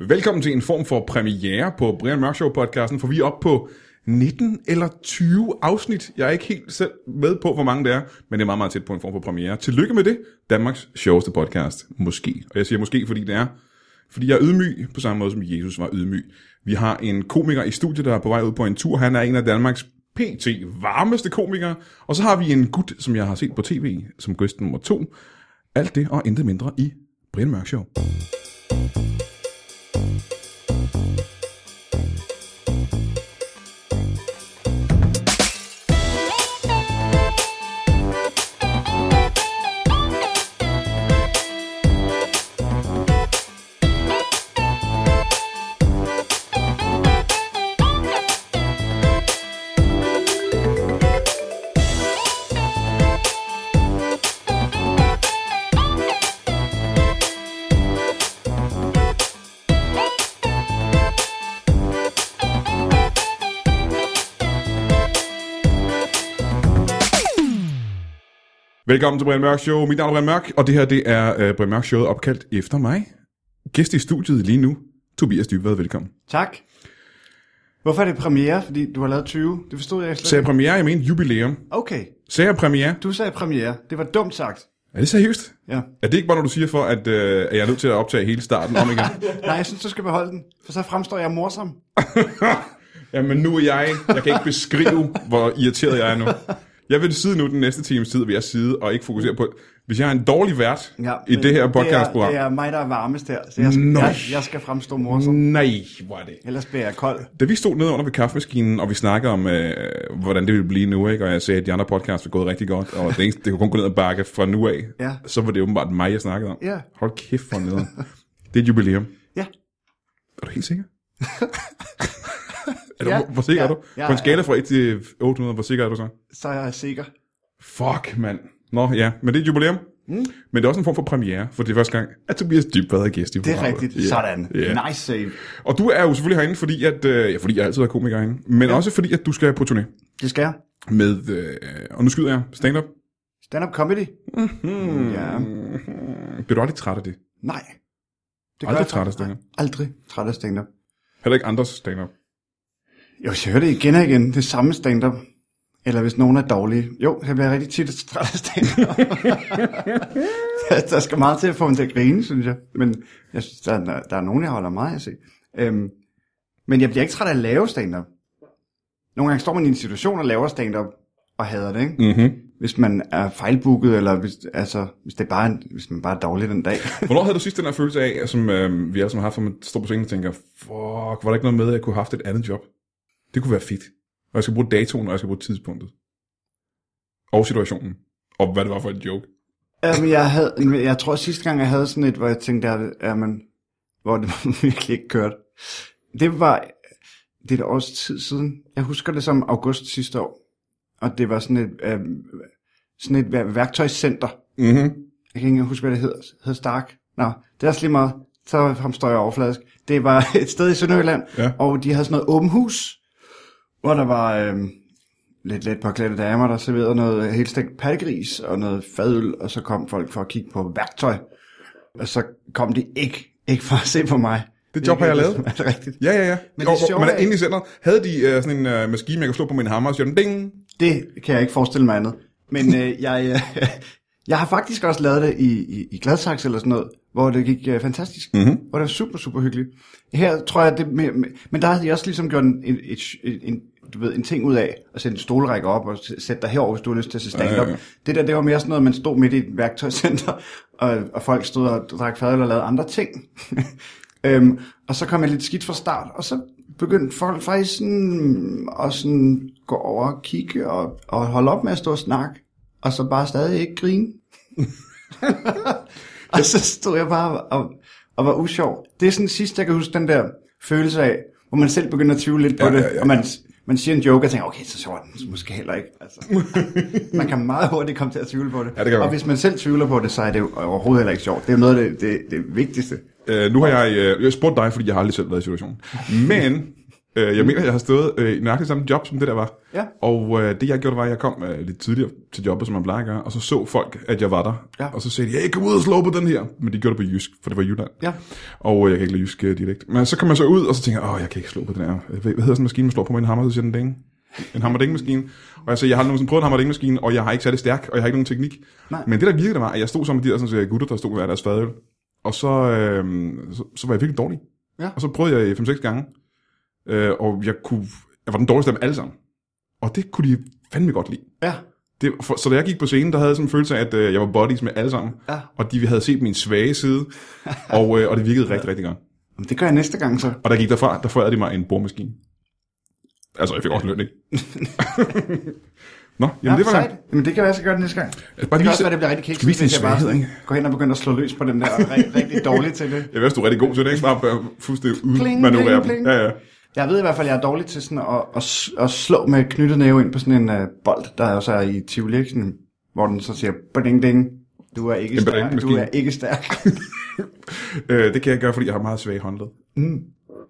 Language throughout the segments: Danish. Velkommen til en form for premiere på Brian Mørk Show podcasten, for vi er oppe på 19 eller 20 afsnit. Jeg er ikke helt selv med på, hvor mange det er, men det er meget, meget tæt på en form for premiere. Tillykke med det, Danmarks sjoveste podcast, måske. Og jeg siger måske, fordi det er, fordi jeg er ydmyg, på samme måde som Jesus var ydmyg. Vi har en komiker i studiet, der er på vej ud på en tur. Han er en af Danmarks pt. varmeste komikere. Og så har vi en gut, som jeg har set på tv, som gæst nummer to. Alt det og intet mindre i Brian Mørk Show. Velkommen til Brian Mørk Show. Mit navn er Brian Mørk, og det her det er uh, Brian Mørk Show opkaldt efter mig. Gæst i studiet lige nu, Tobias Dybvad, velkommen. Tak. Hvorfor er det premiere? Fordi du har lavet 20. Det forstod jeg slet Sagde ikke. jeg premiere, jeg mente jubilæum. Okay, Sagde jeg premiere? du sagde premiere. Det var dumt sagt. Er det seriøst? Ja. Er det ikke bare, når du siger for, at, uh, at jeg er nødt til at optage hele starten om igen? Nej, jeg synes, du skal beholde den, for så fremstår jeg morsom. Jamen nu er jeg, jeg kan ikke beskrive, hvor irriteret jeg er nu. Jeg vil sidde nu den næste times tid ved at sidde og ikke fokusere på, hvis jeg er en dårlig vært ja, i men det her podcastprogram. Det er, det er mig, der er varmest her, så jeg skal, Nå. jeg, jeg skal fremstå morsom. Nej, hvor er det Ellers bliver jeg kold. Da vi stod nede under ved kaffemaskinen, og vi snakkede om, øh, hvordan det ville blive nu, ikke? og jeg sagde, at de andre podcasts var gået rigtig godt, og det, eneste, det kunne kun gå ned og bakke fra nu af, Ja. så var det åbenbart mig, jeg snakkede om. Ja. Hold kæft for nederen. Det er et jubilæum. Ja. Er du helt sikker? er du, Ja. Hvor sikker Ja. er du? Ja, På en skala ja. fra 1 til 800, hvor sikker er du så? Så er jeg sikker. Fuck, mand. Nå ja, men det er et jubilæum. Mm. Men det er også en form for premiere, for det er første gang, at Tobias Dybvad er gæst i Det er programmet. rigtigt. Ja. Sådan. Ja. Nice save. Og du er jo selvfølgelig herinde, fordi, at, øh, ja, fordi jeg altid er komiker herinde, men ja. også fordi, at du skal på turné Det skal jeg. med, øh, og nu skyder jeg, stand-up. Stand-up comedy? Mhm. Mm-hmm. Ja. Bliver du aldrig træt af det? Nej. Det Aldrig jeg træt af faktisk- stand-up? Nej, Aldrig træt af stand-up. Heller ikke andres stand-up. Jo, så hører det igen og igen. Det samme stand-up. Eller hvis nogen er dårlige. Jo, jeg bliver rigtig tit træt af stand-up. der, der skal meget til at få mig til at grine, synes jeg. Men jeg synes, der, er- der er nogen, jeg holder meget af at se. Øhm, men jeg bliver ikke træt af at lave stand-up. Nogle gange står man i en situation og laver stand-up og hader det, ikke? Mm-hmm. Hvis man er fejlbooket, eller hvis, altså, hvis, det er bare, en- hvis man bare er dårlig den dag. Hvornår havde du sidst den her følelse af, som øh, vi alle sammen har haft, hvor man står på scenen og tænker, fuck, var der ikke noget med, at jeg kunne have haft et andet job? Det kunne være fedt. Og jeg skal bruge datoen, og jeg skal bruge tidspunktet. Og situationen. Og hvad det var for en joke. Jamen, jeg, havde, men jeg tror sidste gang, jeg havde sådan et, hvor jeg tænkte, at, jamen, hvor det virkelig ikke kørte. Det var, det er et års tid siden. Jeg husker det som august sidste år. Og det var sådan et, øh, sådan et vær- værktøjscenter. Mm-hmm. Jeg kan ikke engang huske, hvad det hedder. Hed Stark. Nå, det er også lige meget. Så fremstår jeg overfladisk. Det var et sted i Sønderjylland, Ja. og de havde sådan noget åben hus, hvor der var øh, lidt let påklædte damer, der serverede noget helstegt pattegris og noget fadøl, og så kom folk for at kigge på værktøj. Og så kom de ikke, ikke for at se på mig. Det job har jeg lavet. Er det rigtigt? Ja, ja, ja. Men og, det og- sjove men er- inde i centret havde de øh, sådan en øh, maskine, jeg kunne slå på min hammer og sige, ding, Det kan jeg ikke forestille mig andet. Men øh, jeg, øh, jeg har faktisk også lavet det i, i, i Gladsaxe eller sådan noget, hvor det gik øh, fantastisk. Mhm. Mm-hmm. Hvor det var super, super hyggeligt. Her tror jeg, det, med, med, men der har de også ligesom gjort en, en, et, en, du ved, en ting ud af at sætte en stolrække op og s- sætte dig herover, hvis du har lyst til at se stand-up. Ja, ja. Det der, det var mere sådan noget, man stod midt i et værktøjscenter, og, og folk stod og drak fadøl og lavede andre ting. øhm, og så kom jeg lidt skidt fra start, og så begyndte folk faktisk sådan, at sådan gå over og kigge og, og holde op med at stå og snakke, og så bare stadig ikke grine. og så stod jeg bare og, og var usjov. Det er sådan sidst, jeg kan huske den der følelse af, hvor man selv begynder at tvivle lidt på Ja, det, ja, ja. og man, man siger en joke og tænker, okay, så sjovt, måske heller ikke. Altså. Man kan meget hurtigt komme til at tvivle på det. Ja, det kan man. og hvis man selv tvivler på det, så er det jo overhovedet heller ikke sjovt. Det er jo noget af det, det, det vigtigste. Øh, nu har jeg, øh, jeg spurgt dig, fordi jeg har aldrig selv været i situationen. Men Øh, jeg mener, jeg har stået øh, i nøjagtigt samme job, som det der var. Ja. Og øh, det jeg gjorde, var, at jeg kom øh, lidt tidligere til jobbet, som man plejer at gøre, og så så folk, at jeg var der. Ja. Og så sagde de, hey, kom ud og slå på den her. Men de gjorde det på jysk, for det var Jylland. Ja. Og øh, jeg kan ikke lide jysk øh, dialekt. Men så kom jeg så ud, og så tænker jeg, åh, jeg kan ikke slå på den her. Øh, Hvad hvad hedder sådan en maskine, man slår på med en hammer, så siger den ding? En hammerdingmaskine. Og jeg sagde, jeg har aldrig nogensinde prøvet en hammerdingmaskine, og jeg har ikke særlig stærk, og jeg har ikke nogen teknik. Nej. Men det der virkede, det var, at jeg stod sammen med de der sådan, så gutter, der stod med hver deres fadøl. Og så, øh, så, så, var jeg virkelig dårlig. Ja. Og så prøvede jeg 5-6 gange, øh, og jeg, kunne, jeg var den dårligste af dem alle sammen. Og det kunne de fandme godt lide. Ja. Det, for, så da jeg gik på scenen, der havde jeg sådan en følelse af, at øh, jeg var buddies med alle sammen. Ja. Og de havde set min svage side, og, øh, og det virkede rigtig, rigtig godt. Jamen, det gør jeg næste gang så. Og der gik derfra, der forærede de mig en boremaskine. Altså, jeg fik også løn, ikke? Nå, jamen Ja, det var sejt. det. Jamen, det kan være, jeg skal gøre det næste gang. kan det kan vise- også være, det bliver rigtig skal vise kægt, din hvis jeg bare svaghed, sådan, går hen og begynder at slå løs på den der og er rigtig dårlig til det. Jeg ved, du er rigtig god til det, ikke? Bare bare fuldstændig Pling, udmanøvrere pling, dem. pling. Ja, ja. Jeg ved i hvert fald, at jeg er dårlig til sådan at, at, s- at slå med knyttet næve ind på sådan en uh, bold, der også er i Tivoli, ikke? sådan, hvor den så siger, bading ding, du er ikke En stærk, du bading-maskine. er ikke stærk. Mm. Øh, det kan jeg gøre, fordi jeg har meget svage håndled. Mm.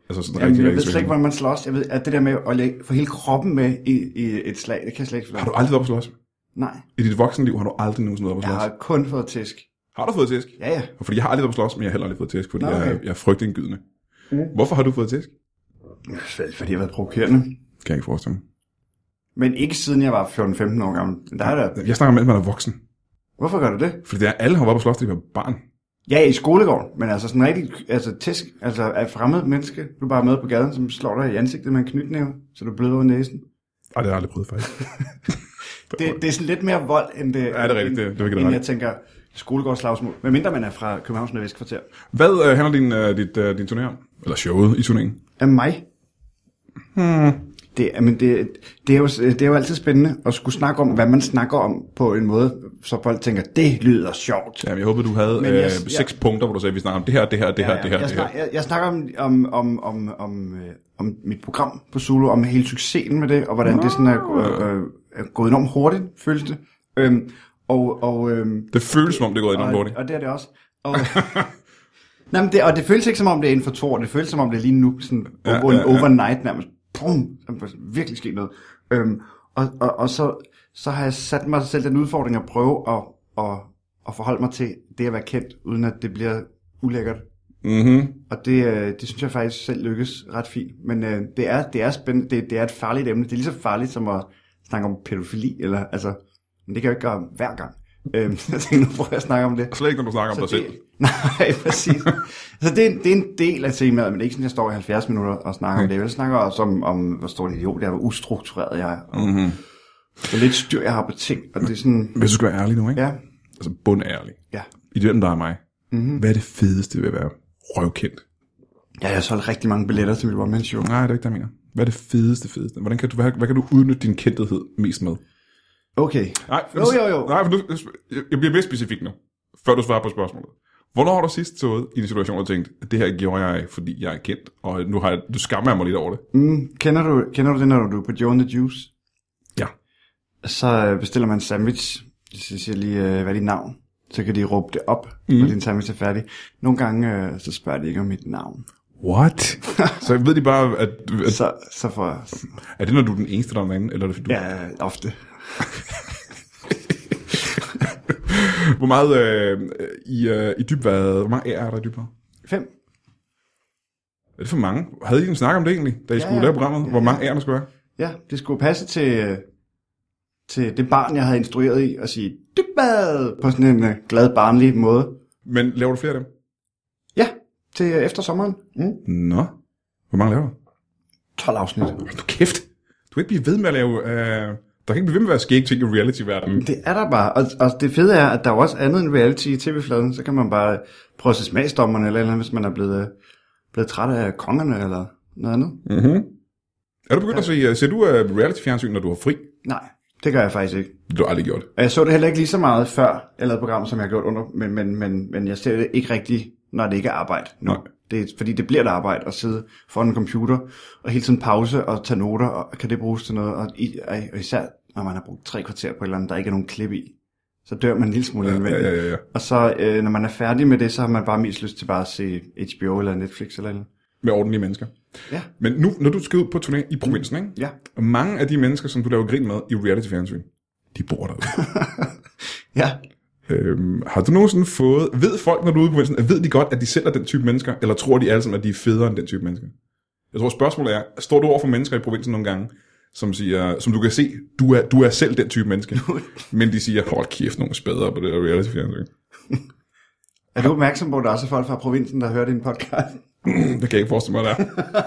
Altså sådan Jamen, rigtig, jeg ved rigtig slet svage ikke, håndled. hvordan man slås. Jeg ved, at det der med at lægge, få hele kroppen med i, i et slag, det kan jeg slet ikke Har forstå. du aldrig været op at slås? Nej, I dit voksenliv har du aldrig nogensinde været op at jeg slås. har kun fået tæsk. Har du fået tæsk? Ja, ja. Fordi jeg har aldrig været på slås, men jeg har heller aldrig fået tæsk, fordi Nå, okay. jeg, okay. jeg er frygtindgydende. Mm. Hvorfor har du fået tæsk? Fordi jeg har været provokerende. Kan jeg ikke forestille mig. Men ikke siden jeg var 14-15 år gammel. Der er der. Jeg snakker om, at man er voksen. Hvorfor gør du det? Fordi der, alle har været på slås, da de var barn. Ja, i skolegården, men altså sådan rigtig altså tæsk, altså af fremmed menneske, du er bare med på gaden, som slår dig i ansigtet med en knytnæve, så du bløder over næsen. Ej, det har jeg aldrig prøvet, faktisk. Det, det er sådan lidt mere vold, end det, Ja, det er rigtigt. Det- det er end, virkelig end jeg ret. tænker skolegårdsslagsmål, medmindre man er fra Københavns Nordvestkvarter. Hvad øh, handler din, øh, dit, øh, din turné om? Eller showet i turneringen? Af mig? Hmm. Det, er- men det, det, er jo, det er jo altid spændende at skulle snakke om, hvad man snakker om på en måde, så folk tænker, det lyder sjovt. Jamen, jeg håber, du havde Men øh, jeg- seks punkter, hvor du sagde, at vi snakker om det her, det her, det her, det her. jeg, det her. snak, jeg, jeg snakker om, om, om, om, om, øh, om mit program på Zulu, om hele succesen med det, og hvordan det sådan er, øh, øh, er gået enormt hurtigt, føles det. Øhm, og, og, øhm, Det føles som om, det er gået enormt og, hurtigt. Og det er det også. Og, Nej, men det, og det føles ikke som om, det er inden for to år. Det føles som om, det er lige nu, sådan ja, over, ja, ja, ja. overnight nærmest. Brum, som der virkelig sket noget. Øhm, og, og, og så, så har jeg sat mig selv den udfordring at prøve at, at, at forholde mig til det at være kendt, uden at det bliver ulækkert. Mm-hmm. Og det, øh, det synes jeg faktisk selv lykkes ret fint. Men øh, det, er, det er spændende. Det, det er et farligt emne. Det er lige så farligt som at snakke om pædofili. Eller, altså, men det kan jeg jo ikke gøre hver gang. Øhm, så jeg tænkte, nu prøver jeg at snakke om det. Slet ikke, når du snakker om dig Så selv. det, nej, præcis. så det, er- det er en del af temaet, men det er ikke sådan, at jeg står i 70 minutter og snakker om det. Jeg snakker også om, om hvor stor en idiot jeg er, hvor ustruktureret jeg er, og Mm-hmm. hvor lidt styr jeg har på ting. Og det er sådan, Hvis du skal være ærlig nu, ikke? ja, Altså bundærlig. ja. I det, der er mig. Mhm. Mm-hmm. Hvad er det fedeste ved at være røvkendt? Ja, jeg har solgt rigtig mange billetter til mit one show. Nej, det er ikke det, jeg mener. Hvad er det fedeste fedeste? Hvordan kan du, hvad, hvad kan du udnytte din kendthed mest med? Okay. Nej, for Jo, nu- jo, jo. Nej, for nu, jeg bliver mere specifik nu, før du svarer på spørgsmålet. Hvornår har du sidst stået i en situation og tænkt, at det her gjorde jeg, fordi jeg er kendt, og nu, har jeg, nu skammer jeg mig lidt over det? Mm, kender, du, kender du det, når du er på Joe and the Juice? Ja. Så øh, bestiller man en sandwich. Så siger jeg lige, øh, hvad er dit navn? Så kan de råbe det op, mm. når din sandwich er færdig. Nogle gange, øh, så spørger de ikke om mit navn. What? så ved de bare, at, at, Så, så får jeg... er det, når du er den eneste, der er derinde, eller er det, fordi du, Ja, ofte. hvor meget øh, i, øh, i dybvad, hvor mange ærer er der i dybvad? Fem. Er det for mange? Havde I en snak om det egentlig, da I ja, skulle ja. lave programmet? Hvor mange ærer der skulle være? Ja, det skulle passe til, øh, til det barn, jeg havde instrueret i, at sige dybbad på sådan en øh, glad, barnlig måde. Men laver du flere af dem? Ja, til øh, efter sommeren. Mm. Nå. Hvor mange laver du? 12 afsnit. Hold nu kæft. Du kan ikke blive ved med at lave... Øh, der kan ikke blive ved med at være skæg ting i reality-verdenen. Det er der bare. Og, og det fede er, at der er jo også andet end reality i tv-fladen. Så kan man bare prøve at se smagsdommerne eller et eller andet, hvis man er blevet, øh, blevet træt af kongerne eller noget andet. Mm. Mm-hmm. Er du begyndt at se... øh, Ser du øh, reality-fjernsyn, når du har fri? Nej, det gør jeg faktisk ikke. Det har du aldrig gjort. Og jeg så det heller ikke lige så meget før jeg lavede programmet, som jeg har gjort under, men, men, men, men jeg ser det ikke rigtigt, når det ikke er arbejde nu. Nej. Det, er- fordi det bliver et arbejde at sidde foran en computer og hele tiden pause og tage noter, og kan det bruges til noget, og, i, ej, og især når man har brugt tre kvarter på et eller andet, der ikke er nogen klip i, så dør man en lille smule Ja, indvendigt. ja, ja, ja. Og så øh, når man er færdig med det, så har man bare mest lyst til bare at se HBO eller Netflix eller et eller andet. med ordentlige mennesker. Ja. Men nu, når du skal ud på turné i provinsen, ikke? Ja. Og mange af de mennesker, som du laver grin med i reality-fjernsyn, de bor derude. Ja. øhm, har du nogensinde fået... Ved folk, når du er ude i provinsen, ved de godt, at de selv er den type mennesker, eller tror de alle sammen, at de er federe end den type mennesker? Jeg tror, spørgsmålet er, står du over for mennesker i provinsen nogle gange, som, siger, som du kan se, du er, du er selv den type menneske, men de siger, hold kæft, nogle spæder på det der reality-fjernsyn. Er du opmærksom på, at der også er folk fra provinsen, der hører din podcast? Det kan jeg ikke forestille mig, der er.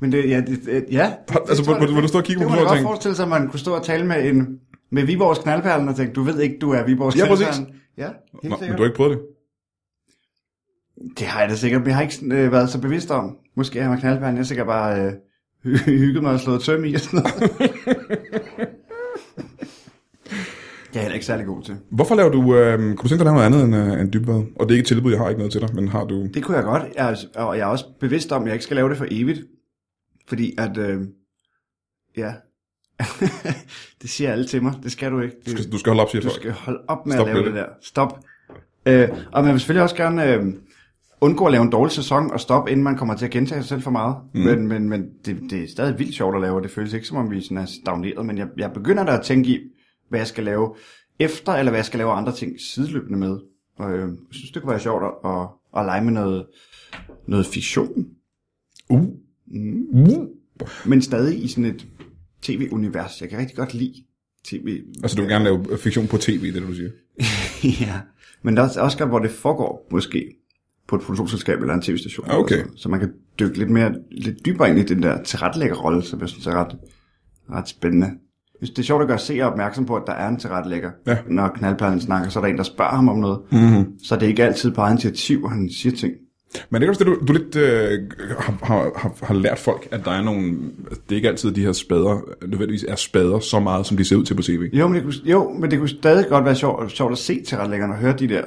Men det, ja, det, det- ja. Det, Altså, hvor- tror jeg, hvor- hvor du står og kigger på dem, det kunne man og godt tænker- forestille sig, at man kunne stå og tale med en med Viborgs knaldperlen og tænke, du ved ikke, du er Viborgs Ja, præcis. knaldperlen. Ja, helt Nå, men sikkert. du har ikke prøvet det. Det har jeg da sikkert, men jeg har ikke sådan, øh, været så bevidst om. Måske har jeg mig knaldperlen, jeg har sikkert bare øh, hy- hygget mig og slået tøm i og sådan noget. jeg er heller ikke særlig god til. Hvorfor laver du, øh, kunne du tænke dig at lave noget andet end, øh, end dybvad? Og det er ikke et tilbud, jeg har ikke noget til dig, men har du... Det kunne jeg godt, jeg er, og jeg er også bevidst om, at jeg ikke skal lave det for evigt. Fordi at, øh, ja, det siger alle til mig, det skal du ikke. Det, Du skal holde op, siger Du folk. skal holde op med Stop Stop at lave med det. det der. Stop. Øh, og man vil selvfølgelig også gerne øh, undgå at lave en dårlig sæson og stoppe, inden man kommer til at gentage sig selv for meget. Mm. Men, men, men det, det er stadig vildt sjovt at lave, og det føles ikke som om vi sådan er stagneret. Men jeg, jeg begynder da at tænke i, hvad jeg skal lave efter, eller hvad jeg skal lave andre ting sideløbende med. Og øh, jeg synes, det kunne være sjovt at, at, at lege med noget, noget fiktion, Uh. Mm. Uh. men stadig i sådan et tv-univers. Jeg kan rigtig godt lide tv Altså, du vil gerne lave fiktion på tv, det er det, du siger. ja, men der er også godt, hvor det foregår måske på et produktionsselskab eller en tv-station. Ah, okay. eller sådan. Så man kan dykke lidt, mere, lidt dybere ind i den der tilrettelæggerrolle, som jeg synes er ret, ret spændende. Jeg synes, det er sjovt at gøre seere opmærksom på, at der er en tilrettelægger. Ja. Mhm. Når knaldperlen snakker, så er der en, der spørger ham om noget. Mm-hmm. Så det er ikke altid på eget initiativ, at han siger ting. Men det er også det, du, du lidt øh, har, har, har, har lært folk, at der er nogle... altså, Det er ikke altid, de her spader, nødvendigvis er spader så meget, som de ser ud til på tv. Jo, men det kunne, jo, men det kunne stadig godt være sjovt, sjovt at se tilrettelæggerne og høre de der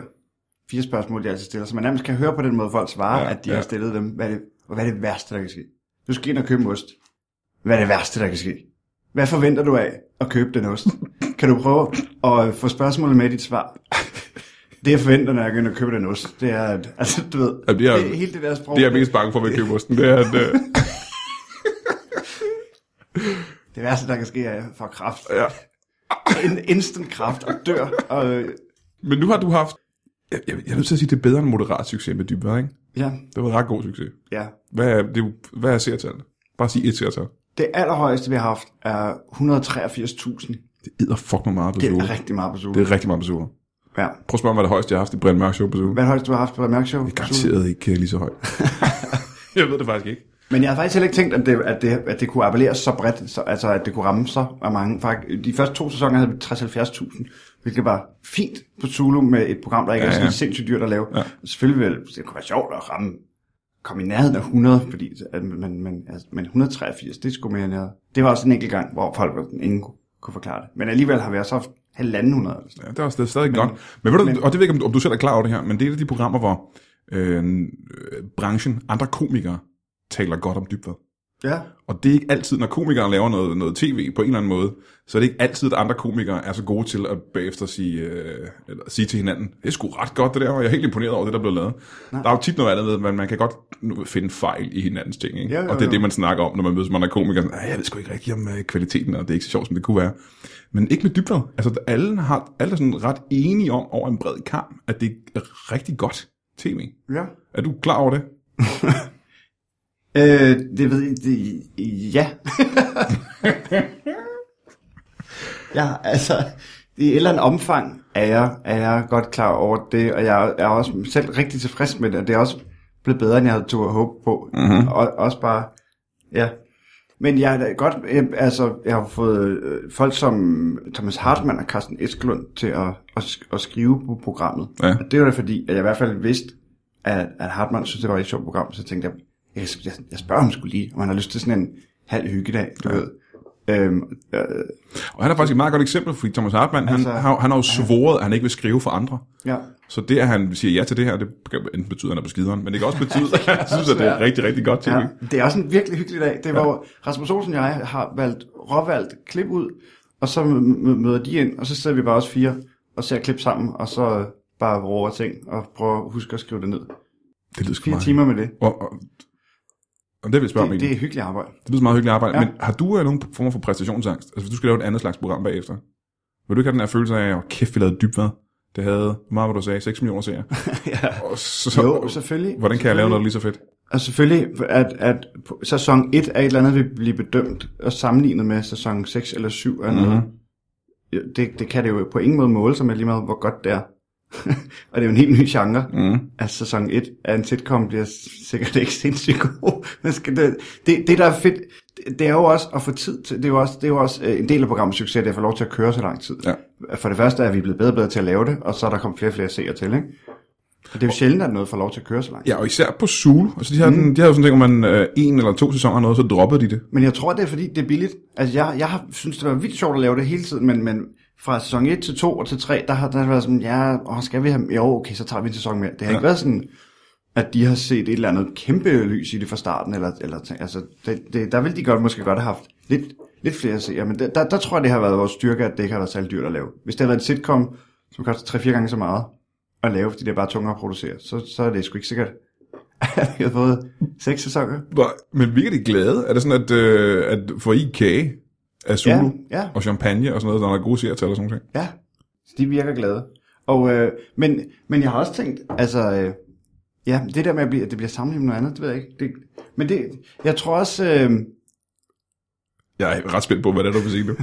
fire spørgsmål, de altid stiller. Så man nærmest kan høre på den måde, folk svarer, Ja, ja, at de ja. ja. har stillet dem. Hvad er, det, og hvad er det værste, der kan ske? Du skal ind og købe en ost. Hvad er det værste, der kan ske? Hvad forventer du af at købe den ost? Kan du prøve at få spørgsmålet med i dit svar? Det jeg forventer, når jeg går ind og køber den ost, det er, at altså, du ved, Ja, det er- det, hele det der sprog, Det, jeg er mest bange for ved at købe osten, det er, at... Øh, det værste, der kan ske, er for kraft. ja. En instant kraft og dør. Og, øh, Men nu har du haft... Jeg, jeg, jeg er nødt til at sige, det er bedre end moderat succes med dybvad, ikke? ja, Det var en ret god succes. ja, Hvad er, det er, jo- hvad er seertallet? Bare sig et seertal. Det allerhøjeste, vi har haft, er 183.000. Det æder fuck mig meget på Det Zulu. er rigtig meget på Zulu. Det er rigtig meget på Zulu. Ja. Prøv at spørge mig, hvad det højeste, jeg har haft i Brian Mørk Show på Zulu. Hvad er det højeste, du har haft på Mørk Show? Garanteret ikke øh, lige så højt. jeg ved det faktisk ikke. Men jeg har faktisk heller ikke tænkt, at det, at det, at det kunne appellere så bredt, så, altså at det kunne ramme så mange. Fakt- De første to sæsoner havde vi 60-70.000, hvilket var fint på Zulu med et program, der ikke Ja, ja, ja. er sådan sindssygt dyrt at lave. Ja. Selvfølgelig ville det kunne være sjovt at ramme komme i nærheden af 100, fordi at man, man, altså, men 183, det skulle mere nærheden. Det var også en enkelt gang, hvor folk ingen kunne, kunne forklare det. Men alligevel har vi også haft halvanden hundrede. eller sådan Ja, det er også det er stadig men, godt. Men ved du, men, og det ved jeg ikke, om du, om du selv er klar over det her, men det er et af de programmer, hvor øh, øh, branchen, andre komikere, taler godt om dybvad. noget. Ja. Og det er ikke altid, når komikere laver noget, noget tv på en eller anden måde, så er det ikke altid, at andre komikere er så gode til at bagefter sige, øh, eller sige til hinanden, det er sgu ret godt det der, og jeg er helt imponeret over det, der blev lavet. Nej. Der er jo tit noget andet ved, men man kan godt nu finde fejl i hinandens ting. Ikke? Ja, ja, og det er ja. det, man snakker om, når man mødes med andre komikere. Sådan, "Ah, Jeg ved sgu ikke rigtig om øh, kvaliteten, og det er ikke så sjovt, som det kunne være. Men ikke med dybvad. Altså, alle, har, alle er sådan ret enige om over en bred kamp, at det er rigtig godt tv. Ja. Er du klar over det? Øh, det ved jeg, det, ja. ja, altså, i et eller andet omfang er jeg, er jeg godt klar over det, og jeg er også selv rigtig tilfreds med det, og det er også blevet bedre, end jeg havde turde håbe på. Mm-hmm. Og også bare, ja. Men jeg er da godt, jeg, altså, jeg har fået øh, folk som Thomas Hartmann og Carsten Eskelund til at, at, sk- at skrive på programmet. Ja. Og det var da fordi, at jeg i hvert fald vidste, at, at Hartmann synes, det var et sjovt program, så tænkte jeg, jeg, jeg, jeg spørger ham skulle lige, om han har lyst til sådan en halv hyggedag, du ja. ved. Øhm, øh, Og han er faktisk et meget godt eksempel, fordi Thomas Hartmann, altså, Altså, han, har, han har jo svoret, at han ikke vil skrive for andre. ja. Så det, at han siger ja til det her, det kan enten betyde, at han er på skideren, men det kan også betyde, at han synes, at det er rigtig, rigtig godt tv. ja. Det er også en virkelig hyggelig dag. Det var, hvor Rasmus Olsen og jeg har valgt, råvalgt klip ud, og så m- m- møder de ind, og så sidder vi bare os fire og ser klip sammen, og så øh, bare roer ting og prøver at huske at skrive det ned. Det lyder sgu Fire meget. timer med det. Og, og, og det vil jeg spørge om Det, det, det det, er hyggeligt arbejde. det lyder så meget hyggeligt arbejde. Ja. Ja. Men har du øh, nogen form for præstationsangst? Altså hvis du skal lave et andet slags program bagefter. Vil du ikke have den her følelse af, at kæft, vi lavede dybvad? Det havde, hvor meget var du sagde, 6 millioner seere. ja. Og så, Jo, selvfølgelig. Hvordan kan jeg lave noget lige så fedt? Og selvfølgelig, at, at på- sæson 1 er et eller andet, vi bliver bedømt og sammenlignet med sæson 6 eller 7 eller mm-hmm. Mhm. noget. Ja, Det, det kan det jo på ingen måde måle sig med lige meget, hvor godt det er. og det er jo en helt ny genre. Mm. At sæson 1 af en sitcom bliver sikkert ikke sindssygt god. Man skal, det, det, det, der er fedt, det, det er jo også at få tid til, det er jo også, det er jo også øh, en del af programmets succes, at jeg får lov til at køre så lang tid. Ja. For det første er vi blevet bedre og bedre til at lave det, og så er der kommet flere og flere seere til, ikke? Og det er jo sjældent, at noget får lov til at køre så lang tid. Ja, og især på Zulu. Altså, de har, mm. den, de har jo sådan ting, hvor man øh, en eller to sæsoner noget, så droppede de det. Men jeg tror, det er fordi, det er billigt. Altså, jeg, jeg har, synes, det var vildt sjovt at lave det hele tiden, men, men fra sæson 1 til 2 og til 3, der har der har været sådan, ja, åh, skal vi have, jo, okay, så tager vi en sæson mere. Det har ja. ikke været sådan, at de har set et eller andet kæmpe lys i det fra starten, eller, eller ting. altså, det, det, der ville de godt måske godt have haft lidt, lidt flere seere, men der, der, der, tror jeg, det har været vores styrke, at det ikke har været særlig dyrt at lave. Hvis det havde været en sitcom, som koster 3-4 gange så meget at lave, fordi det er bare tungere at producere, så, så er det sgu ikke sikkert, at vi har fået seks sæsoner. Hvor- Men virker de glade? Er det sådan, at, øh, at får I kage af Zulu? Ja, ja. Og champagne og sådan noget, der er gode seertal og sådan noget. Ja, så de virker glade. Og, øh, men, men jeg har også tænkt, altså, øh, ja, det der med, at, blive, at det bliver sammenlignet med noget andet, det ved jeg ikke. Det, men det, jeg tror også, øh, Jeg er ret spændt på, hvad det er, du vil sige nu.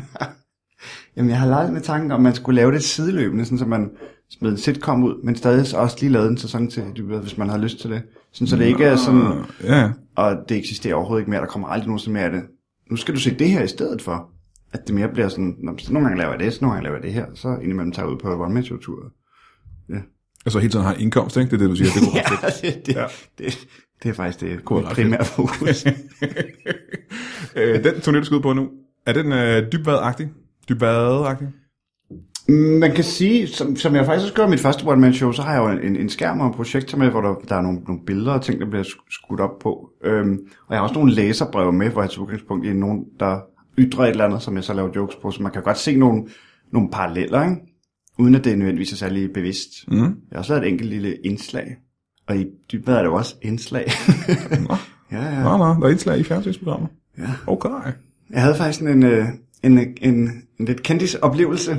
jamen, jeg har leget med tanken om, at man skulle lave det sideløbende, sådan så man smed en sitcom ud, men stadig også lige lavede en sæson til dybet, hvis man har lyst til det. Sådan, så det ikke er sådan, Ah, ja, og det eksisterer overhovedet ikke mere, der kommer aldrig nogensinde mere af det. Nu skal du se det her i stedet for, at det mere bliver sådan, "Nå, så nogle gange laver jeg det, så nogle gange laver jeg det her, så indimellem tager jeg ud på one-man-show-tur. altså hele tiden har en indkomst, ikke? Det er det, du siger. Det kunne Ja, det, det, ja. Det, det er faktisk det være Kunne ret primære fokus. øh, den turné, du skal ud på nu, er den øh, dybvad-agtig? Dybvad-agtig? Man kan sige, som, som jeg faktisk også gjorde i mit første one-man-show, så har jeg jo en, en skærm og en projektor med, hvor der, der er nogle, nogle billeder og ting, der bliver sk- skudt op på. Øhm, og jeg har også nogle læserbreve med, hvor jeg tager udgangspunkt i nogen, der ytrer et eller andet, som jeg så laver jokes på. Så man kan godt se nogle, nogle paralleller, ikke? uden at det nødvendigvis er særlig bevidst. Mm. Jeg har også lavet et enkelt lille indslag. Og i dybden er det jo også indslag. ja, ja. Nå, nå, der er indslag i fjernsynsprogrammer. Ja. Okay. Jeg havde faktisk sådan en, øh, en, en, en lidt kendis oplevelse.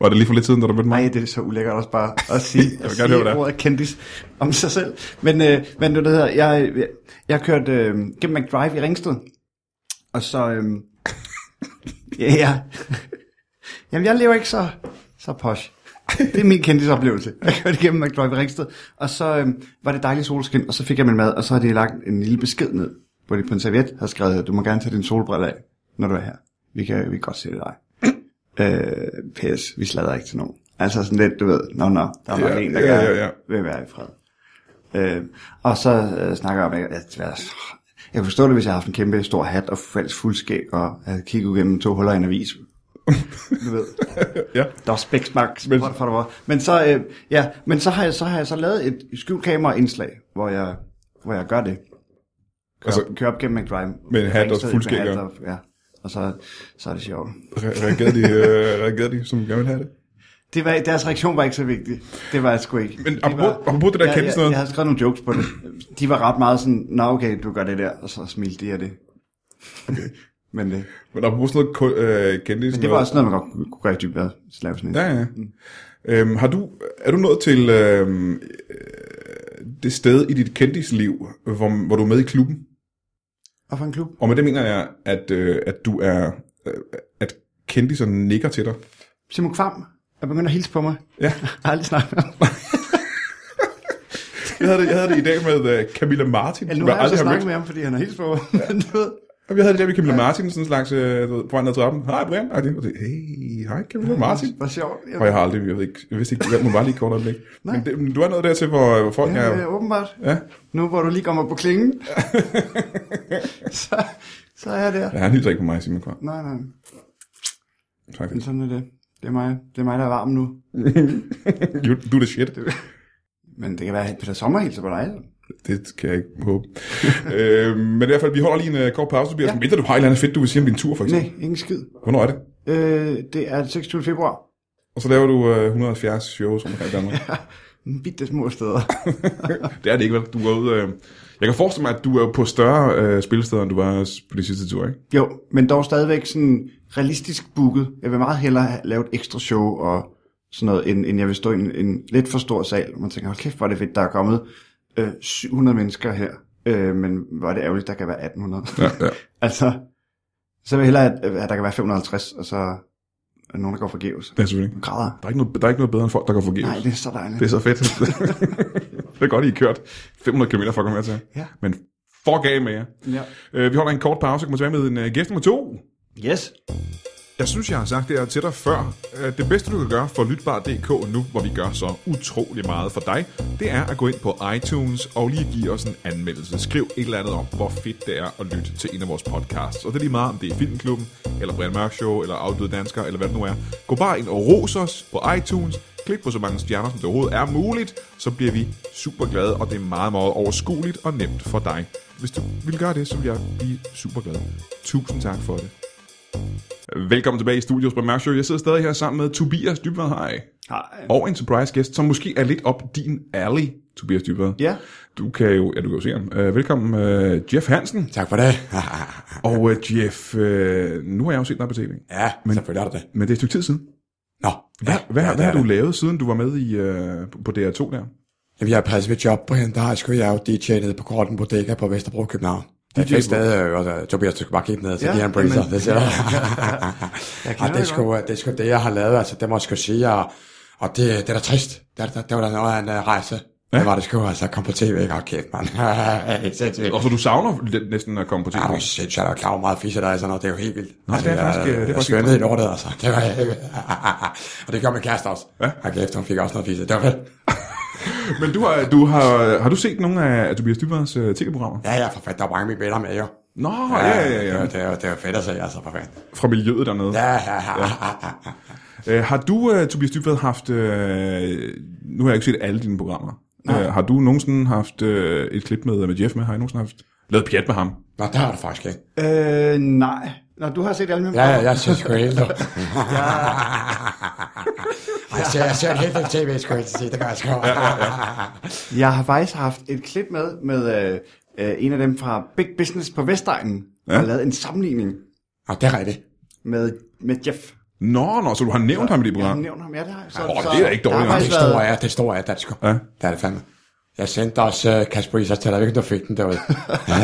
Var det lige for lidt siden, da du mødte mig? Nej, det er så ulækkert også bare at sige, vil at gerne høre, hvad det sige er. ordet kendis om sig selv. Men, øh, men det, der hedder, jeg, jeg, jeg kørte øh, gennem McDrive i Ringsted, og så... Øh, ja, ja. Jamen, jeg lever ikke så, så posh. Det er min kendisoplevelse. Jeg kørte igennem McDrive i Ringsted, og så øh, var det dejligt solskin, og så fik jeg min mad, og så har de lagt en lille besked ned, hvor de på en serviet havde skrevet, du må gerne tage din solbrille af, når du er her. Vi kan, vi kan godt se det dig. Øh, PS, vi slader ikke til nogen. Altså sådan lidt, du ved, nå, nå, der er Ja, nok en, der ja, gerne ja, ja. vil være i fred. Øh, og så øh, snakker jeg om, at at- at- jeg forstår det, hvis jeg har haft en kæmpe stor hat og falsk fuldskæg, og havde kigget gennem to huller i en avis. du ved. Ja. Der er spæksmaks, men, for, for der var. men, så, øh, ja, men så, har jeg, så har jeg så lavet et skjult kameraindslag, hvor jeg, hvor jeg gør det. Kører, Altså- altså, kører op gennem McDrive. Med en hat og Ringsted, med fuldskæg, hat ja. og- Ja, og så, så er det sjovt. Re- reagerede, de, øh, reagerede de, som gerne ville have det? Det var, deres reaktion var ikke så vigtig. Det var jeg sgu ikke. Men De apropos- var- apropos det der jeg, kendte sådan noget. Jeg, jeg havde skrevet nogle jokes på det. De var ret meget sådan, nå okay, du gør det der, og så smilte de af det. men det, Men der er brugt sådan noget ko- øh, kendis. det var også Mm. noget, man godt kunne- kunne gøre i dybvad. Så lave sådan et. Ja, ja. Øhm, har du, er du nået til øhm, øh, det sted i dit kendisliv, hvor, hvor du er med i klubben? Og for en klub? Og med det mener jeg, at, øh, at du er, øh, at kendiserne nikker til dig. Simon Kvam er begyndt at hilse på mig. Ja. Jeg har aldrig snakket med ham. Jeg havde det, jeg havde det i dag med øh, Camilla Martin. Eller Altså, nu som har jeg aldrig mødt. så snakket med ham, fordi han har hilst på mig. Men du ved, Jamen, Jeg havde det der med Camilla Martin, sådan en slags øh, du ved, foran ad trappen. Hej Brian. Og jeg tænkte, hey, hej Camilla Martin. hvor sjovt. Jeg, Og jeg har aldrig, jeg, ved ikke, jeg vidste ikke, hvem hun var lige et kort øjeblik. Men det, men du er nået dertil, hvor, hvor folk ja, er... ja, åbenbart. Ja. Nu hvor du lige kommer på klingen, så, så er jeg der. Ja, han hilser ikke på mig, Simon Kvam. Nej, nej. Tak. Men sådan er det. Det er mig, det er mig der er varm nu. You do the shit. Men det kan være, at Peter Sommer hilser på dig. Det kan jeg ikke håbe. øh, men i hvert fald, vi holder lige en uh, kort pause, Tobias. Ja. Mindre du har et eller andet fedt, du vil sige om din tur, for eksempel. Nej, ingen skid. Hvornår er det? Øh, det er den 26. februar. øh, Og så laver du uh, 170 shows omkring Danmark. bitte små steder. Det er det ikke, vel? Du er ude, øh... Jeg kan forestille mig, at du er på større øh, spillesteder, end du var på de sidste tur, ikke? jo, men dog stadigvæk sådan realistisk booket. Jeg vil meget hellere have- lave et ekstra show og sådan noget, end, end jeg vil stå i en, en lidt for stor sal. hvor Man tænker, hold kæft, hvor er det fedt, der er kommet øh, 700 mennesker her. Øh, men hvor er det ærgerligt, der kan være 1800. Ja, ja. altså, så vil jeg hellere, at, at der kan være 550, og så er nogen, der går forgæves. Det er selvfølgelig. Græder. Der er, ikke noget, der er ikke noget bedre end folk, der går forgæves. Nej, det er så dejligt. Det er så fedt. det er godt, I er kørt 500 km for at komme hertil. Ja. Men fuck af med jer. Ja. Øh, vi holder en kort pause og kommer tilbage med en øh, gæst nummer to. Yes. Jeg synes, jeg har sagt det her til dig før. Øh, Det bedste, du kan gøre for Lytbar.dk nu, hvor vi gør så utrolig meget for dig, det er at gå ind på iTunes og lige give os en anmeldelse. Skriv et eller andet om, hvor fedt det er at lytte til en af vores podcasts. Og det er lige meget, om det er Filmklubben, eller Brian Mørk Show, eller Afdøde Dansker, eller hvad det nu er. Gå bare ind og ros os på iTunes. Klik på så mange stjerner, som det overhovedet er muligt, så bliver vi super glade, og det er meget, meget overskueligt og nemt for dig. Hvis du vil gøre det, så vil jeg blive super glad. Tusind tak for det. Velkommen tilbage i studios på Mærkshow. Jeg sidder stadig her sammen med Tobias Dybvad Hej. Hej. Og en surprise gæst, som måske er lidt op din alley, Tobias Dybvad. Ja. Du kan jo, ja, du kan jo se ham. Øh, velkommen, øh, Jeff Hansen. Tak for det. Og øh, Jeff, øh, nu har jeg jo set dig på tv, ja, men, selvfølgelig er det det. men det er et stykke tid siden. Nå, Hvad, ja, ja, hvad, ja, ja, det hvad er har du det. lavet, siden du var med i øh, på DR2 der? Jamen, jeg har passet mit job, Brian. Der har sgu jeg jo DJ nede på Korten Bodega på Vesterbro i København. Det er DJ fedt sted, øh, og der- Tobias, du skal bare kigge ned og se Ja, ja, de her breezer. jamen. Det, siger, kender ja, det, er det sgu, øh, det er sgu det, jeg har lavet, altså, det må jeg sgu sige, og, og det, det er da trist. Det, er- det, det var da noget af en øh, rejse. Ja. Det var det sgu, altså, kom på tv, ikke? Hold kæft, mand. Hey, sindssygt. Og så du savner lidt næsten at komme på tv? Ja, du er sindssygt, jeg er klar over meget fisse der er sådan noget, altså, det er jo helt vildt. Nå, det er faktisk, øh, det er jeg, jeg faktisk svømmede i lortet, altså. Det var helt vildt. Og det gør min kæreste også. Ja. Og kæft, hun fik også noget fisse. Det var fedt. Men du har, du har, har du set nogle af Tobias Dybvads øh, tv-programmer? Ja, ja, for fanden, der var mange af mine venner med, jo. Nå, ja, ja, Det, ja. var- ja. det, var- det var fedt at se, altså, for fanden. Fra miljøet dernede. Ja, ja, ja. Øh, har du, øh, Tobias Dybvad, haft... Øh, nu har jeg ikke set alle dine programmer. Øh, har du nogensinde haft øh, et klip med, med Jeff med? Har I nogensinde haft lavet pjat med ham? Nå, der har du faktisk ikke. Øh, nej. Nå, du har set alle mine Ja, ja, programmer. jeg synes sgu helt lort. Ej, Jeg ser, jeg ser helt lidt tv, skulle jeg til at sige. Det gør jeg sgu. Jeg har faktisk haft et klip med, med øh, øh, en af dem fra Big Business på Vestegnen, ja. og lavet en sammenligning Nå, det er rigtigt. med, med Jeff. Nå, nå, så du har nævnt ham i det Jeg har program. nævnt ham, ja, det har jeg. Så, Åh, det er da ikke der har dårligt, Det faktisk store været- er, det store er, det er det sgu. Ja. Det er det fandme. Jeg sendte også uh, Kasper Isers til dig, hvilken du fik den derude. ja,